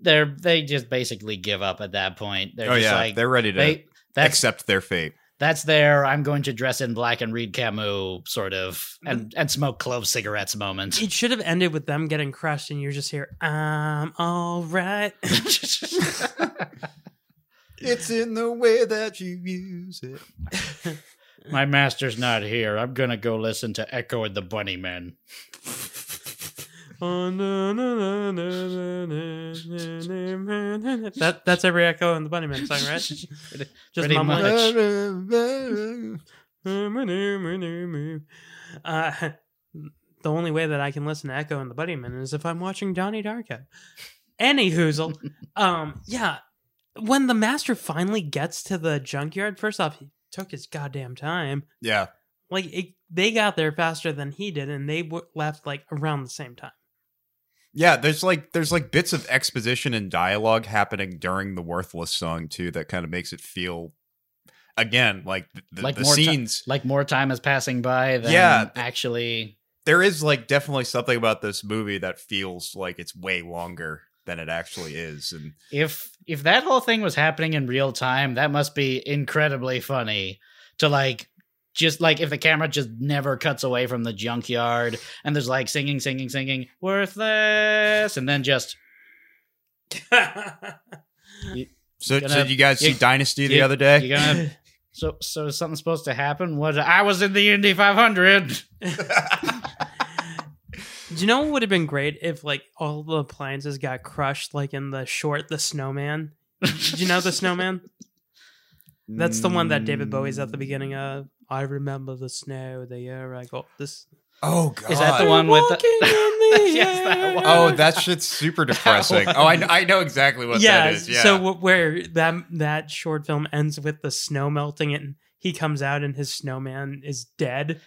Speaker 11: they're they just basically give up at that point. They're
Speaker 10: oh
Speaker 11: just
Speaker 10: yeah,
Speaker 11: like
Speaker 10: they're ready to
Speaker 11: they- that's
Speaker 10: accept their fate.
Speaker 11: that's their I'm going to dress in black and read Camus sort of and and smoke clove cigarettes moment.
Speaker 2: It should have ended with them getting crushed, and you just hear, "I'm all right."
Speaker 10: It's in the way that you use it.
Speaker 11: My master's not here. I'm gonna go listen to Echo and the Bunnymen.
Speaker 2: that that's every Echo and the Bunnymen song, right? Just
Speaker 11: pretty
Speaker 2: mumbling.
Speaker 10: much.
Speaker 2: Uh, the only way that I can listen to Echo and the Bunnymen is if I'm watching Donnie Darko. Any hoozle, um, yeah. When the master finally gets to the junkyard, first off, he took his goddamn time.
Speaker 10: Yeah,
Speaker 2: Like it, they got there faster than he did, and they w- left like around the same time.
Speaker 10: yeah. There's like there's like bits of exposition and dialogue happening during the worthless song too. That kind of makes it feel again like the, the,
Speaker 11: like
Speaker 10: the
Speaker 11: more ti-
Speaker 10: scenes.
Speaker 11: like more time is passing by than
Speaker 10: Yeah.
Speaker 11: actually
Speaker 10: there is like definitely something about this movie that feels like it's way longer than it actually is, and
Speaker 11: if if that whole thing was happening in real time, that must be incredibly funny to like just like if the camera just never cuts away from the junkyard and there's like singing, singing, singing, worthless, and then just
Speaker 10: So,
Speaker 11: Gonna-
Speaker 10: so you guys see
Speaker 11: you-
Speaker 10: Dynasty the
Speaker 11: you-
Speaker 10: other day?
Speaker 11: you're gonna- so so is something supposed to happen? What I was in the Indy 500.
Speaker 2: Do you know what would have been great if like all the appliances got crushed, like in the short The Snowman? Did you know The Snowman? That's the one that David Bowie's at the beginning of. I remember the snow, the year I got this.
Speaker 10: Oh god,
Speaker 11: Is that the one with the,
Speaker 2: yes, that one.
Speaker 10: Oh, that shit's super depressing. oh, I, kn- I know exactly what that
Speaker 2: yes.
Speaker 10: is. Yeah.
Speaker 2: So wh- where that that short film ends with the snow melting and he comes out and his snowman is dead.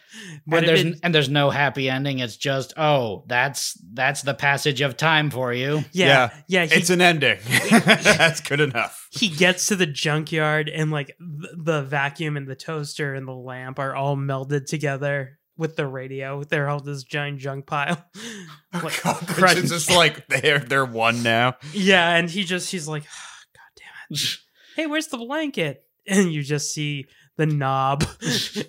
Speaker 2: But
Speaker 11: and there's
Speaker 2: it,
Speaker 11: and there's no happy ending. It's just oh, that's that's the passage of time for you.
Speaker 2: yeah, yeah, he-
Speaker 10: it's an ending. That's good enough.
Speaker 2: he gets to the junkyard and like th- the vacuum and the toaster and the lamp are all melded together with the radio. They're all this giant junk pile. Like, crud-
Speaker 10: It's Oh, just like they're they're one now.
Speaker 2: yeah, and he just he's like, God damn it! Hey, where's the blanket? And you just see the knob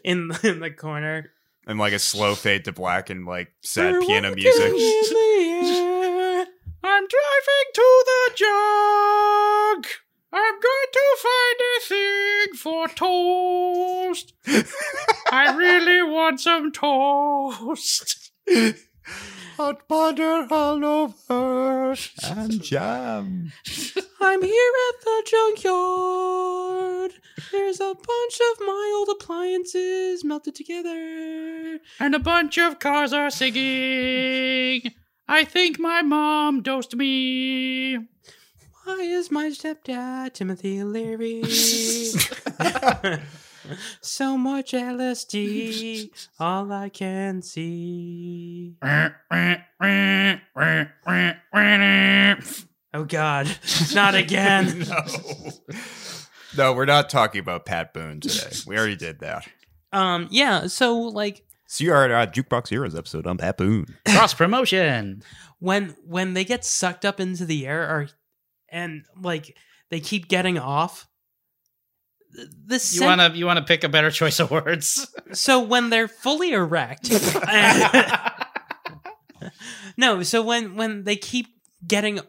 Speaker 2: in in the corner.
Speaker 10: And like a slow fade to black and like sad piano music.
Speaker 4: I'm driving to the jug. I'm going to find a thing for toast. I really want some toast. Hot butter all over.
Speaker 10: And jam.
Speaker 2: I'm here at the junkyard. There's a bunch of my old appliances melted together.
Speaker 4: And a bunch of cars are singing. I think my mom dosed me.
Speaker 2: Why is my stepdad Timothy Leary? so much LSD, all I can see. Oh God, not again!
Speaker 10: No, we're not talking about Pat Boone today. We already did that.
Speaker 2: Um, yeah. So like
Speaker 10: See you at our Jukebox Heroes episode on Pat Boone.
Speaker 11: Cross promotion.
Speaker 2: when when they get sucked up into the air, or and like they keep getting off. th- The
Speaker 11: You
Speaker 2: sen-
Speaker 11: wanna you wanna pick a better choice of words.
Speaker 2: so when they're fully erect no so when when they keep getting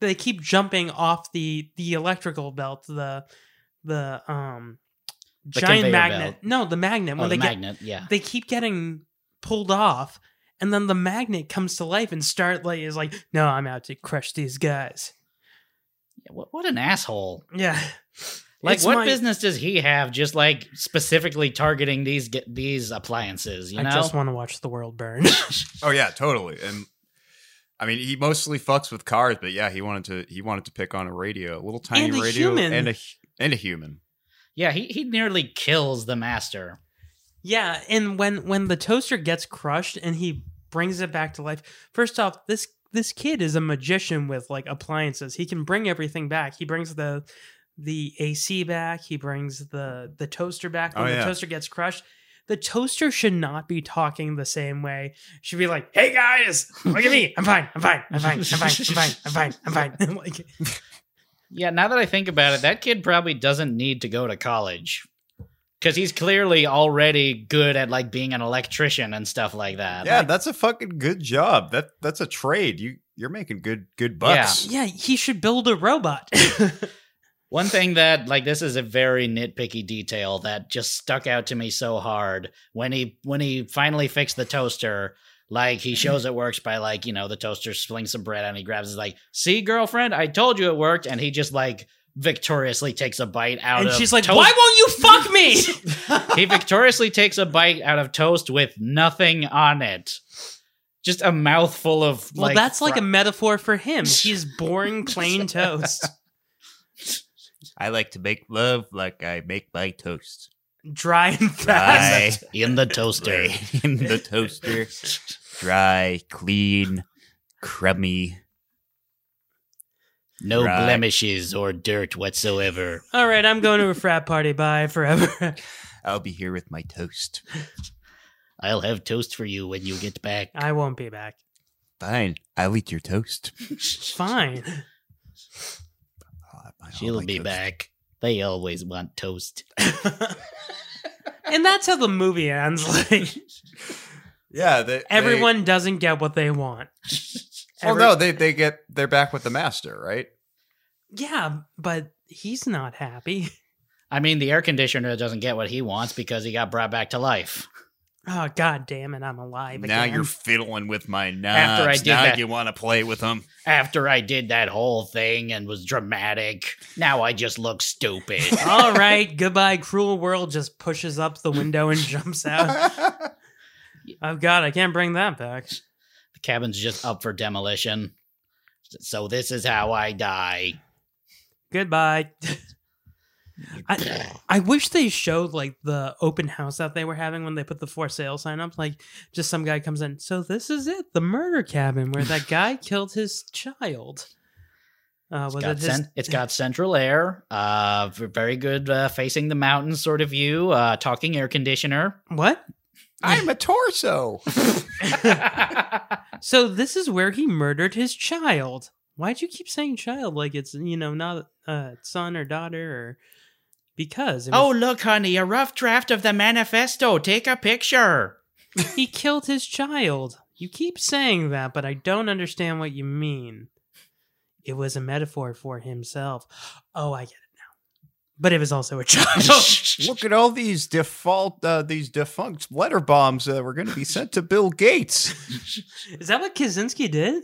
Speaker 2: they keep jumping off the the electrical belt the the um
Speaker 11: The
Speaker 2: giant
Speaker 11: conveyor
Speaker 2: magnet
Speaker 11: belt.
Speaker 2: no the magnet
Speaker 11: Oh,
Speaker 2: when
Speaker 11: the
Speaker 2: they
Speaker 11: magnet,
Speaker 2: get,
Speaker 11: yeah.
Speaker 2: they keep getting pulled off and then the magnet comes to life and start like is like no i'm out to crush these guys
Speaker 11: What, what an asshole.
Speaker 2: yeah
Speaker 11: Like,
Speaker 2: It's
Speaker 11: what
Speaker 2: my-
Speaker 11: business does he have? Just like specifically targeting these ge- these appliances, you know?
Speaker 2: I just want to watch the world burn.
Speaker 10: Oh yeah, totally. And I mean, he mostly fucks with cars, but yeah, he wanted to he wanted to pick on a radio, a little tiny
Speaker 11: And a
Speaker 10: radio,
Speaker 11: human.
Speaker 10: and a hu- and a human.
Speaker 11: yeah, he he nearly kills the master.
Speaker 2: Yeah, and when when the toaster gets crushed and he brings it back to life, first off, this this kid is a magician with like appliances. He can bring everything back. He brings the the AC back. He brings the the toaster back when
Speaker 4: Oh, yeah.
Speaker 2: the toaster gets crushed. The toaster should not be talking the same way. Should be like, "Hey guys, look at me. I'm fine. I'm fine. I'm fine. I'm fine. I'm fine. I'm fine. I'm fine." like,
Speaker 11: Yeah, now that I think about it, that kid probably doesn't need to go to college. Cause he's clearly already good at like being an electrician and stuff like that.
Speaker 10: Yeah,
Speaker 11: Like,
Speaker 10: that's a fucking good job. That that's a trade. You you're making good good bucks.
Speaker 2: yeah, he should build a robot.
Speaker 11: One thing that like this is a very nitpicky detail that just stuck out to me so hard when he when he finally fixed the toaster, like he shows it works by like, you know, the toaster slings some bread out and he grabs it like, "See girlfriend, I told you it worked." And he just like victoriously takes a bite out
Speaker 2: and
Speaker 11: of
Speaker 2: she's like,
Speaker 11: toast-
Speaker 2: "Why won't you fuck me?"
Speaker 11: he victoriously takes a bite out of toast with nothing on it. Just a mouthful of
Speaker 2: Well,
Speaker 11: like
Speaker 2: that's like
Speaker 11: fri-
Speaker 2: a metaphor for him. He's boring plain toast.
Speaker 14: I like to make love like I make my toast.
Speaker 2: Dry
Speaker 14: Dry
Speaker 2: and fast.
Speaker 11: in the toaster.
Speaker 14: in the toaster. Dry, clean, crummy.
Speaker 11: no
Speaker 14: Right.
Speaker 11: blemishes or dirt whatsoever.
Speaker 2: All right, I'm going to a frat party. Bye forever.
Speaker 14: I'll be here with my toast.
Speaker 11: I'll have toast for you when you get back.
Speaker 2: I won't be back.
Speaker 14: Fine, I'll eat your toast.
Speaker 2: Fine.
Speaker 11: She'll be back. They always want toast.
Speaker 2: And that's how the movie ends. Like
Speaker 10: Yeah, they, they-
Speaker 2: everyone doesn't get what they want.
Speaker 10: Well,
Speaker 2: every-
Speaker 10: no, they they get they're back with the master, right?
Speaker 2: Yeah, but he's not happy.
Speaker 11: I mean, the air conditioner doesn't get what he wants because he got brought back to life.
Speaker 2: Oh god damn it, I'm alive
Speaker 10: now
Speaker 2: again.
Speaker 10: you're fiddling with my knobs.
Speaker 11: After I did
Speaker 10: now
Speaker 11: that-
Speaker 10: you want to play with them.
Speaker 11: After I did that whole thing and was dramatic, now I just look stupid.
Speaker 2: All right, goodbye, cruel world. Just pushes up the window and jumps out. oh god, I can't bring that back.
Speaker 11: The cabin's just up for demolition. So this is how I die.
Speaker 2: Goodbye. I, I wish they showed like the open house that they were having when they put the for sale sign up. Like, just some guy comes in. So this is it, the murder cabin where that guy killed his child. Uh, was
Speaker 11: It's got,
Speaker 2: it his?
Speaker 11: cen- it's got central air, uh, v- very good uh, facing the mountains sort of view, uh, talking air conditioner.
Speaker 2: What?
Speaker 10: I'm a torso.
Speaker 2: So this is where he murdered his child. Why'd you keep saying child like it's you know not uh, son or daughter or because it was-
Speaker 11: Oh, look, honey, a rough draft of the manifesto. Take a picture.
Speaker 2: he killed his child. You keep saying that, but I don't understand what you mean. It was a metaphor for himself. Oh, I get it now. But it was also a child.
Speaker 10: Look at all these default, uh, these defunct letter bombs that were going to be sent to Bill Gates.
Speaker 2: Is that what Kaczynski did?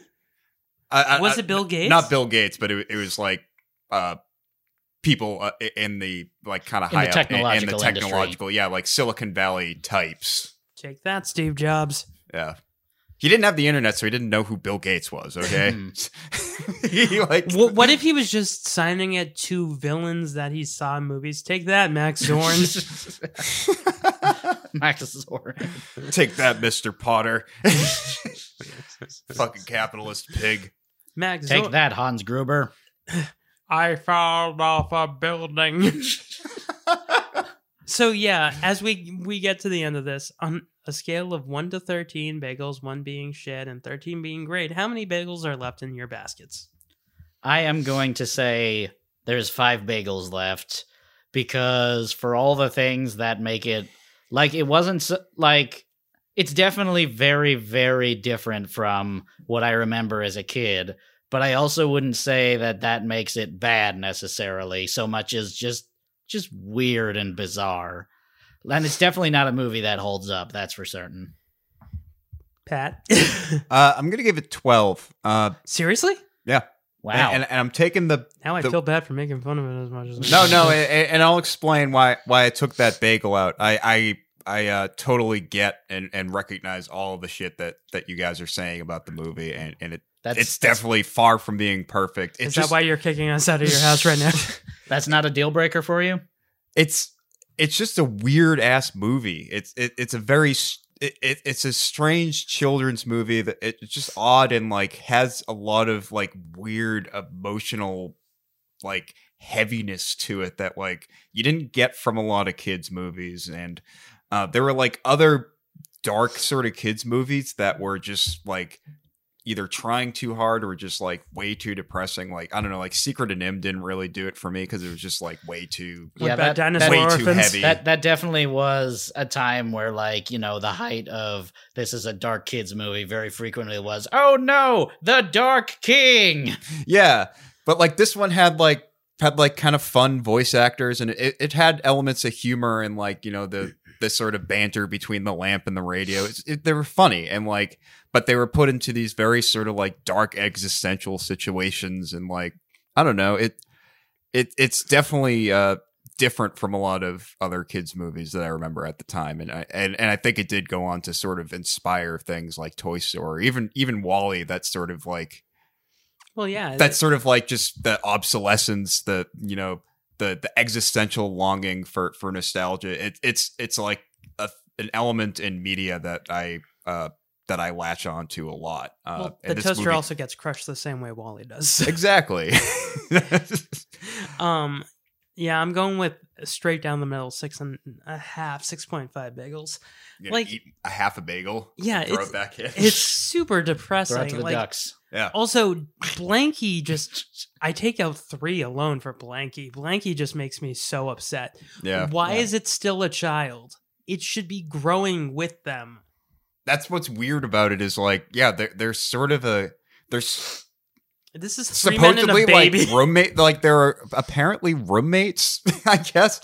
Speaker 2: Was it Bill Gates?
Speaker 10: Not Bill Gates, but it, it was like uh, people uh, i- in the like kind of
Speaker 11: In
Speaker 10: high
Speaker 11: the
Speaker 10: up- in- in the
Speaker 11: technological industry.
Speaker 10: technological, yeah, like Silicon Valley types.
Speaker 2: Take that, Steve Jobs.
Speaker 10: Yeah, he didn't have the internet, so he didn't know who Bill Gates was. Okay, he like
Speaker 2: What, what if he was just signing it to villains that he saw in movies? Take that, Max Zorn.
Speaker 11: Max Zorin.
Speaker 10: take that, Mister Potter, fucking capitalist pig.
Speaker 2: Max
Speaker 11: Take
Speaker 2: Zorn.
Speaker 11: that, Hans Gruber.
Speaker 2: I fell off a building. so yeah, as we we get to the end of this, on a scale of one to thirteen bagels, one being shit and thirteen being great, how many bagels are left in your baskets?
Speaker 11: I am going to say there's five bagels left because for all the things that make it like it wasn't so, like it's definitely very very different from what I remember as a kid. But I also wouldn't say that that makes it bad necessarily so much as just just weird and bizarre. And it's definitely not a movie that holds up. That's for certain.
Speaker 2: Pat,
Speaker 10: Uh, I'm gonna give it twelve. Uh,
Speaker 2: seriously?
Speaker 10: yeah,
Speaker 11: Wow.
Speaker 10: And, and- and I'm taking the
Speaker 2: Now I
Speaker 10: the-
Speaker 2: feel bad for making fun of it as much as
Speaker 10: no, no, and, and I'll explain why why I took that bagel out. I I I uh, totally get and and recognize all of the shit that that you guys are saying about the movie, and and it
Speaker 11: That's-
Speaker 10: it's definitely far from being perfect. It's
Speaker 2: Is that why you're kicking us out of your house right now?
Speaker 11: That's not a deal breaker for you.
Speaker 10: It's it's just a weird ass movie. It's it, it's a very s- it, it, it's a strange children's movie that it- it's just odd and like has a lot of like weird emotional like heaviness to it that like you didn't get from a lot of kids movies and uh there were like other dark sort of kids movies that were just like either trying too hard or just like way too depressing like i don't know like secret and m didn't really do it for me because it was just like way too
Speaker 11: that- that-
Speaker 10: way too heavy
Speaker 11: That that definitely was a time where, like, you know, the height of this is a dark kids movie very frequently was, oh no, the Dark King.
Speaker 10: Yeah, but like this one had like had like kind of fun voice actors, and it, it had elements of humor and like you know the the sort of banter between the lamp and the radio. It's, it, they were funny and like, but they were put into these very sort of like dark existential situations, and like I don't know it it it's definitely uh different from a lot of other kids movies that I remember at the time and I and, and I think it did go on to sort of inspire things like Toy Story even even Wally that sort of like
Speaker 2: Well, yeah.
Speaker 10: that's sort of like just the obsolescence the you know the the existential longing for for nostalgia it, it's it's like a, an element in media that i uh that i latch on to a lot uh
Speaker 2: Well,
Speaker 10: and
Speaker 2: the
Speaker 10: this
Speaker 2: toaster
Speaker 10: movie-
Speaker 2: also gets crushed the same way Wally does.
Speaker 10: exactly
Speaker 2: um, yeah, I'm going with straight down the middle, six and a half, six point five bagels.
Speaker 10: You know,
Speaker 2: Like,
Speaker 10: eat a half a bagel
Speaker 2: yeah,
Speaker 10: and throw
Speaker 2: it's,
Speaker 10: it back in
Speaker 2: it's super depressing.
Speaker 11: Throw it to the
Speaker 2: like,
Speaker 11: ducks.
Speaker 10: Yeah.
Speaker 2: Also, Blanky just I take out three alone for Blanky. Blanky just makes me so upset.
Speaker 10: Yeah.
Speaker 2: Why
Speaker 10: Yeah.
Speaker 2: is it still a child? It should be growing with them.
Speaker 10: that's what's weird about it is like yeah there, there's sort of a there's
Speaker 2: This is three men and a
Speaker 10: supposedly like
Speaker 2: baby.
Speaker 10: roommate like there are apparently roommates i guess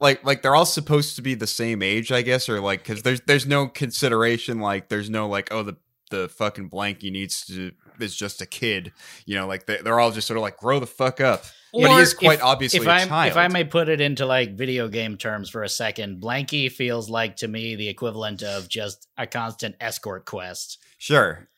Speaker 10: like like they're all supposed to be the same age i guess or like because there's there's no consideration like there's no like oh the the fucking blankie needs to is just a kid you know like they, they're all just sort of like grow the fuck up but he
Speaker 11: Or
Speaker 10: is quite
Speaker 11: if-
Speaker 10: obviously
Speaker 11: if
Speaker 10: a
Speaker 11: I'm-
Speaker 10: child
Speaker 11: If I may put it into like video game terms for a second, Blanky feels like to me the equivalent of just a constant escort quest.
Speaker 10: sure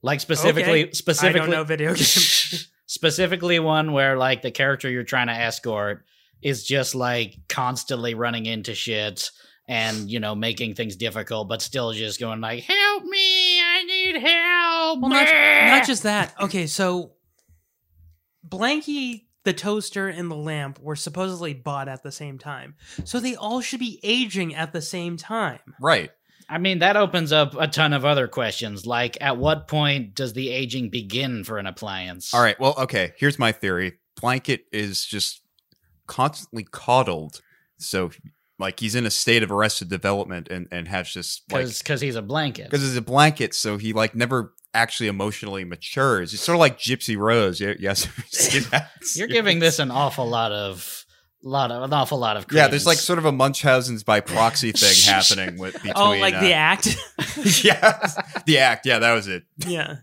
Speaker 11: Like specifically,
Speaker 2: Okay.
Speaker 11: specifically,
Speaker 2: I don't know video games.
Speaker 11: specifically one where like the character you're trying to escort is just like constantly running into shit and you know making things difficult, but still just going like, "Help me! I need help!"
Speaker 2: Well, not, not just that. Okay, so Blanky, the toaster, and the lamp were supposedly bought at the same time. So they all should be aging at the same time.
Speaker 10: right.
Speaker 11: I mean, that opens up a ton of other questions. Like, at what point does the aging begin for an appliance?
Speaker 10: All right. Well, okay. Here's my theory. Blanket is just constantly coddled, so like he's in a state of arrested development and and has just like
Speaker 11: Because he's a blanket.
Speaker 10: because it's a blanket, so he like never actually emotionally matures. It's sort of like Gypsy Rose. Yeah, yes. see that?
Speaker 11: You're giving this an awful lot of lot of an awful lot of credence.
Speaker 10: yeah, there's like sort of a Munchausen's by proxy thing happening with between
Speaker 2: oh, like the
Speaker 10: uh,
Speaker 2: act?
Speaker 10: the act. Yeah, that was it.
Speaker 2: yeah.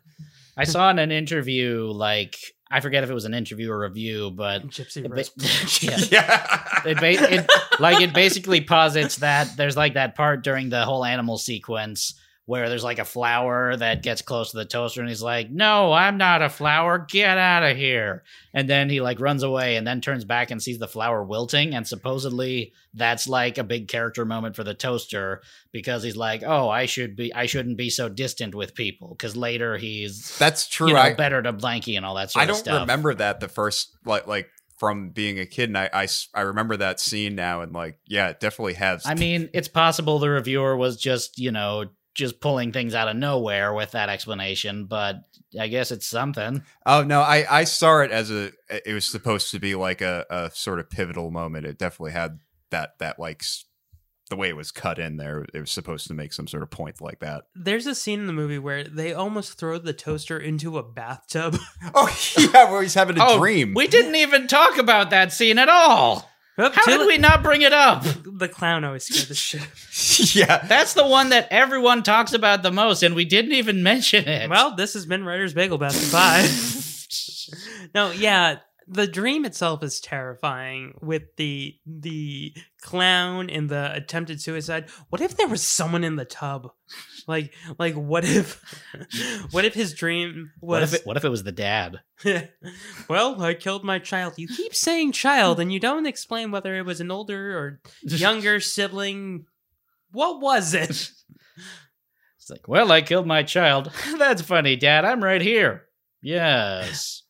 Speaker 11: I saw in an interview, like I forget if it was an interview or review, but
Speaker 2: Gypsy
Speaker 11: it ba-
Speaker 2: Rose.
Speaker 11: yeah. It, ba- it like it basically posits that there's like that part during the whole animal sequence where there's like a flower that gets close to the toaster and he's like, "No, I'm not a flower. Get out of here." And then he like runs away and then turns back and sees the flower wilting and supposedly that's like a big character moment for the toaster because he's like, "Oh, I should be I shouldn't be so distant with people." Cuz later he's
Speaker 10: That's true.
Speaker 11: you know,
Speaker 10: I-
Speaker 11: better to blankie and all that sort
Speaker 10: I
Speaker 11: of
Speaker 10: don't
Speaker 11: stuff.
Speaker 10: remember that the first like like from being a kid, and I, I s- I remember that scene now, and like yeah, it definitely has.
Speaker 11: I mean, it's possible the reviewer was just, you know, just pulling things out of nowhere with that explanation, but I guess it's something.
Speaker 10: oh no, I I saw it as a it was supposed to be like a a sort of pivotal moment. It definitely had that that like s- the way it was cut in there. It was supposed to make some sort of point like that.
Speaker 2: There's a scene in the movie where they almost throw the toaster into a bathtub.
Speaker 10: Oh, yeah, where he's having
Speaker 11: Oh, We didn't even talk about that scene at all. How
Speaker 2: till
Speaker 11: did
Speaker 2: it-
Speaker 11: we not bring it up?
Speaker 2: the clown always scared the shit. out of
Speaker 10: yeah.
Speaker 11: That's the one that everyone talks about the most, and we didn't even mention
Speaker 2: me.
Speaker 11: it.
Speaker 2: Well, this has been Writer's Bagel Basket. Bye. no, yeah, the dream itself is terrifying with the the clown and the attempted suicide. What if there was someone in the tub? Like like what if what if his dream was
Speaker 11: What if it, what if it was the dad?
Speaker 2: well, I killed my child. You keep saying child and you don't explain whether it was an older or younger sibling. What was it?
Speaker 11: It's like, well, I killed my child. That's funny, Dad. I'm right here. Yes.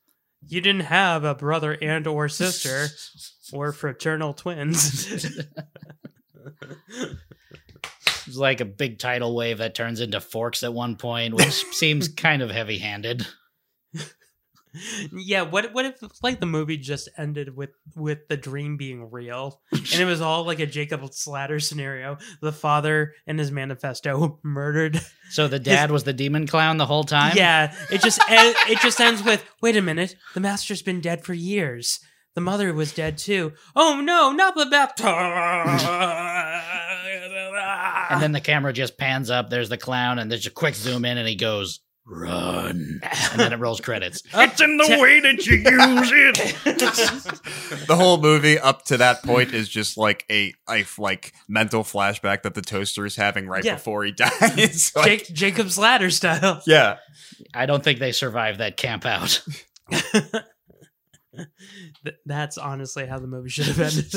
Speaker 2: You didn't have a brother and or sister or fraternal twins.
Speaker 11: It's like a big tidal wave that turns into forks at one point, which seems kind of heavy handed.
Speaker 2: yeah, what what if like the movie just ended with with the dream being real and it was all like a Jacob Slatter scenario. The father and his manifesto murdered.
Speaker 11: So the dad was the demon clown the whole time?
Speaker 2: Yeah, it just en- it just ends with wait a minute, the master's been dead for years. The mother was dead too. Oh no, not the baptized.
Speaker 11: And then the camera just pans up. There's the clown, and there's a quick zoom in, and he goes, run. And then it rolls credits.
Speaker 12: It's in the way that you use it.
Speaker 10: the whole movie up to that point is just like a, a like mental flashback that the toaster is having right
Speaker 2: Yeah.
Speaker 10: before he dies. Like,
Speaker 2: Jake, Jacob's Ladder style.
Speaker 10: yeah.
Speaker 11: I don't think they survived that camp out.
Speaker 2: Th- that's honestly how the movie should have ended.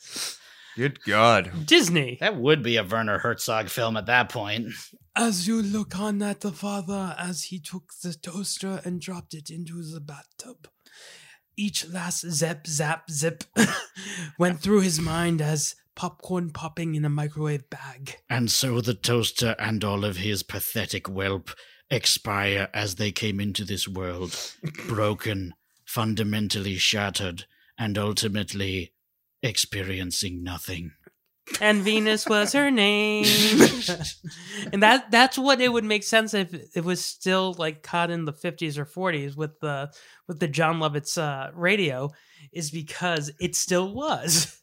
Speaker 10: Good God.
Speaker 2: Disney.
Speaker 11: That would be a Werner Herzog film at that point.
Speaker 15: As you look on at the father as he took the toaster and dropped it into the bathtub, each last zip, zap, zip went through his mind as popcorn popping in a microwave bag.
Speaker 16: And so the toaster and all of his pathetic whelp expire as they came into this world, broken, fundamentally shattered, and ultimately experiencing nothing.
Speaker 2: and Venus was her name. and that that's what it would make sense if it was still like caught in the 50s or 40s with the with the John Lovett's uh, radio is because it still was.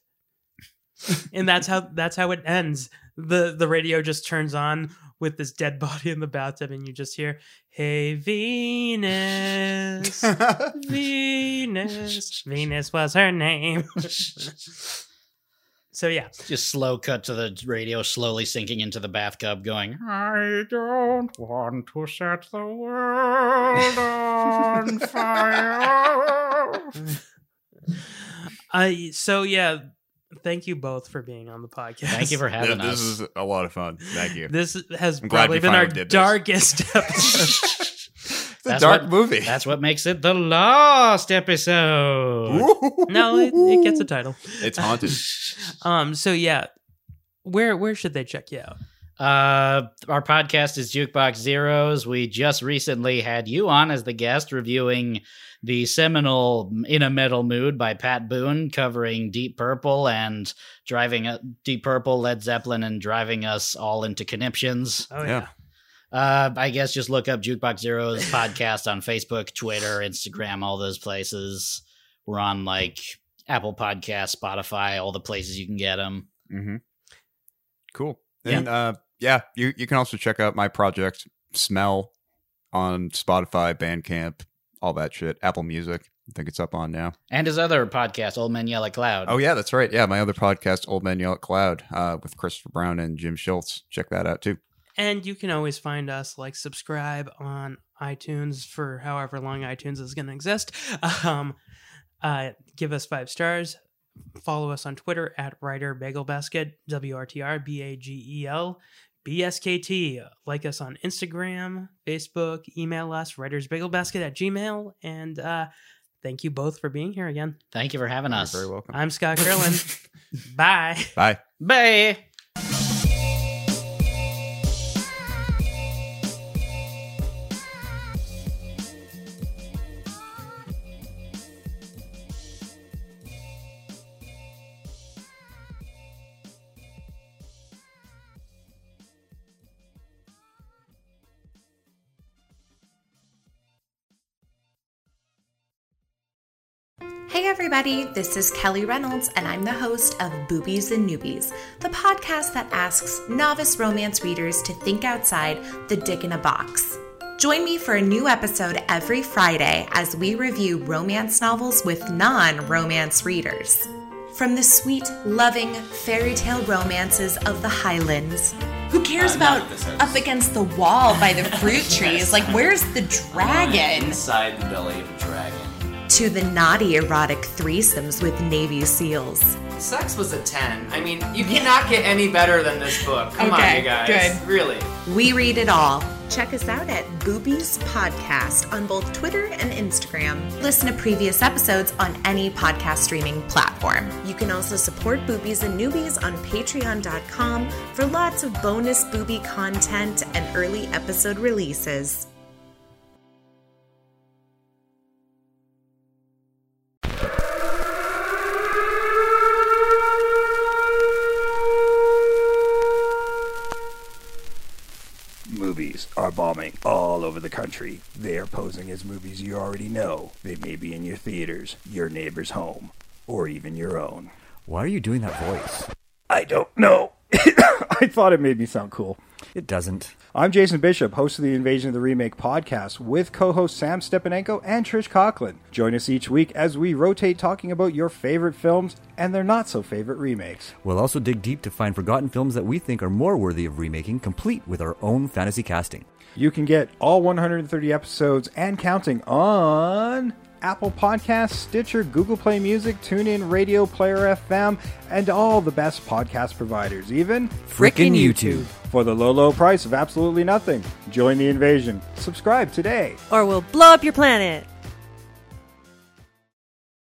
Speaker 2: and that's how that's how it ends. The the radio just turns on with this dead body in the bathtub and you just hear hey Venus Venus Venus was her name. so yeah.
Speaker 11: Just slow cut to the radio slowly sinking into the bathtub, going,
Speaker 16: I don't want to set the world on fire.
Speaker 2: I so yeah, thank you both for being on the podcast.
Speaker 11: Thank you for having
Speaker 10: Th- this is a lot of fun. Thank you.
Speaker 2: This has
Speaker 10: I'm glad
Speaker 2: probably
Speaker 10: we
Speaker 2: been our
Speaker 10: finally did this.
Speaker 2: darkest episode.
Speaker 10: It's a dark movie.
Speaker 11: That's what makes it the last episode.
Speaker 2: no, it, it gets a title.
Speaker 10: It's haunted.
Speaker 2: um. So yeah, where where should they check you out?
Speaker 11: Uh, our podcast is Jukebox Zeros. We just recently had you on as the guest reviewing the seminal In a Metal Mood by Pat Boone, covering Deep Purple and driving uh, Deep Purple, Led Zeppelin, and driving us all into conniptions.
Speaker 2: Oh, yeah.
Speaker 11: Uh, I guess just look up Jukebox Zeros podcast on Facebook, Twitter, Instagram, all those places. We're on like Apple Podcasts, Spotify, all the places you can get them.
Speaker 10: Mm-hmm. Cool. And uh yeah, you you can also check out my project Smell on Spotify, Bandcamp, all that shit. Apple Music. I think it's up on now.
Speaker 11: And his other podcast, Old Men Yell at Cloud.
Speaker 10: Oh yeah, that's right. Yeah, my other podcast, Old Man Yell at Cloud, uh, with Christopher Brown and Jim Schultz. Check that out too.
Speaker 2: And you can always find us, like subscribe on iTunes for however long iTunes is going to exist. Um, uh, give us five stars. Follow us on Twitter at Writer Bagel Basket, W R T R B A G E L B S K T. Like us on Instagram, Facebook, email us, Writer's Bagel Basket at Gmail. And uh, thank you both for being here again.
Speaker 11: Thank you for having us.
Speaker 10: very welcome.
Speaker 2: I'm Scott Curlin. Bye.
Speaker 10: Bye.
Speaker 11: Bye.
Speaker 17: Hey, everybody, this is Kelly Reynolds, and I'm the host of Boobies and Newbies, the podcast that asks novice romance readers to think outside the dick in a box. Join me for a new episode every Friday as we review romance novels with non romance readers. From the sweet, loving fairy tale romances of the Highlands. Who cares about up against the wall by the fruit trees? Like, where's the dragon?
Speaker 18: Inside the belly of a dragon.
Speaker 17: To the naughty erotic threesomes with Navy SEALs.
Speaker 18: Sex was a 10. I mean, you cannot get any better than this book. Come on,
Speaker 17: Okay,
Speaker 18: you guys.
Speaker 17: good.
Speaker 18: Really.
Speaker 17: We read it all. Check us out at Boobies Podcast on both Twitter and Instagram. Listen to previous episodes on any podcast streaming platform. You can also support Boobies and Newbies on patreon.com for lots of bonus booby content and early episode releases.
Speaker 19: Movies are bombing all over the country. They are posing as movies you already know. They may be in your theaters, your neighbor's home, or even your own.
Speaker 20: Why are you doing that voice?
Speaker 19: I don't know. I thought it made me sound cool.
Speaker 20: It doesn't.
Speaker 19: I'm Jason Bishop, host of the Invasion of the Remake podcast with co host Sam Stepanenko and Trish Coughlin. Join us each week as we rotate talking about your favorite films and their not so favorite remakes.
Speaker 20: We'll also dig deep to find forgotten films that we think are more worthy of remaking, complete with our own fantasy casting.
Speaker 19: You can get all 130 episodes and counting on Apple Podcasts, Stitcher, Google Play Music, TuneIn Radio, Player FM, and all the best podcast providers, even
Speaker 20: Frickin' YouTube.
Speaker 19: For the low, low price of absolutely nothing. Join the invasion. Subscribe today.
Speaker 21: Or we'll blow up your planet.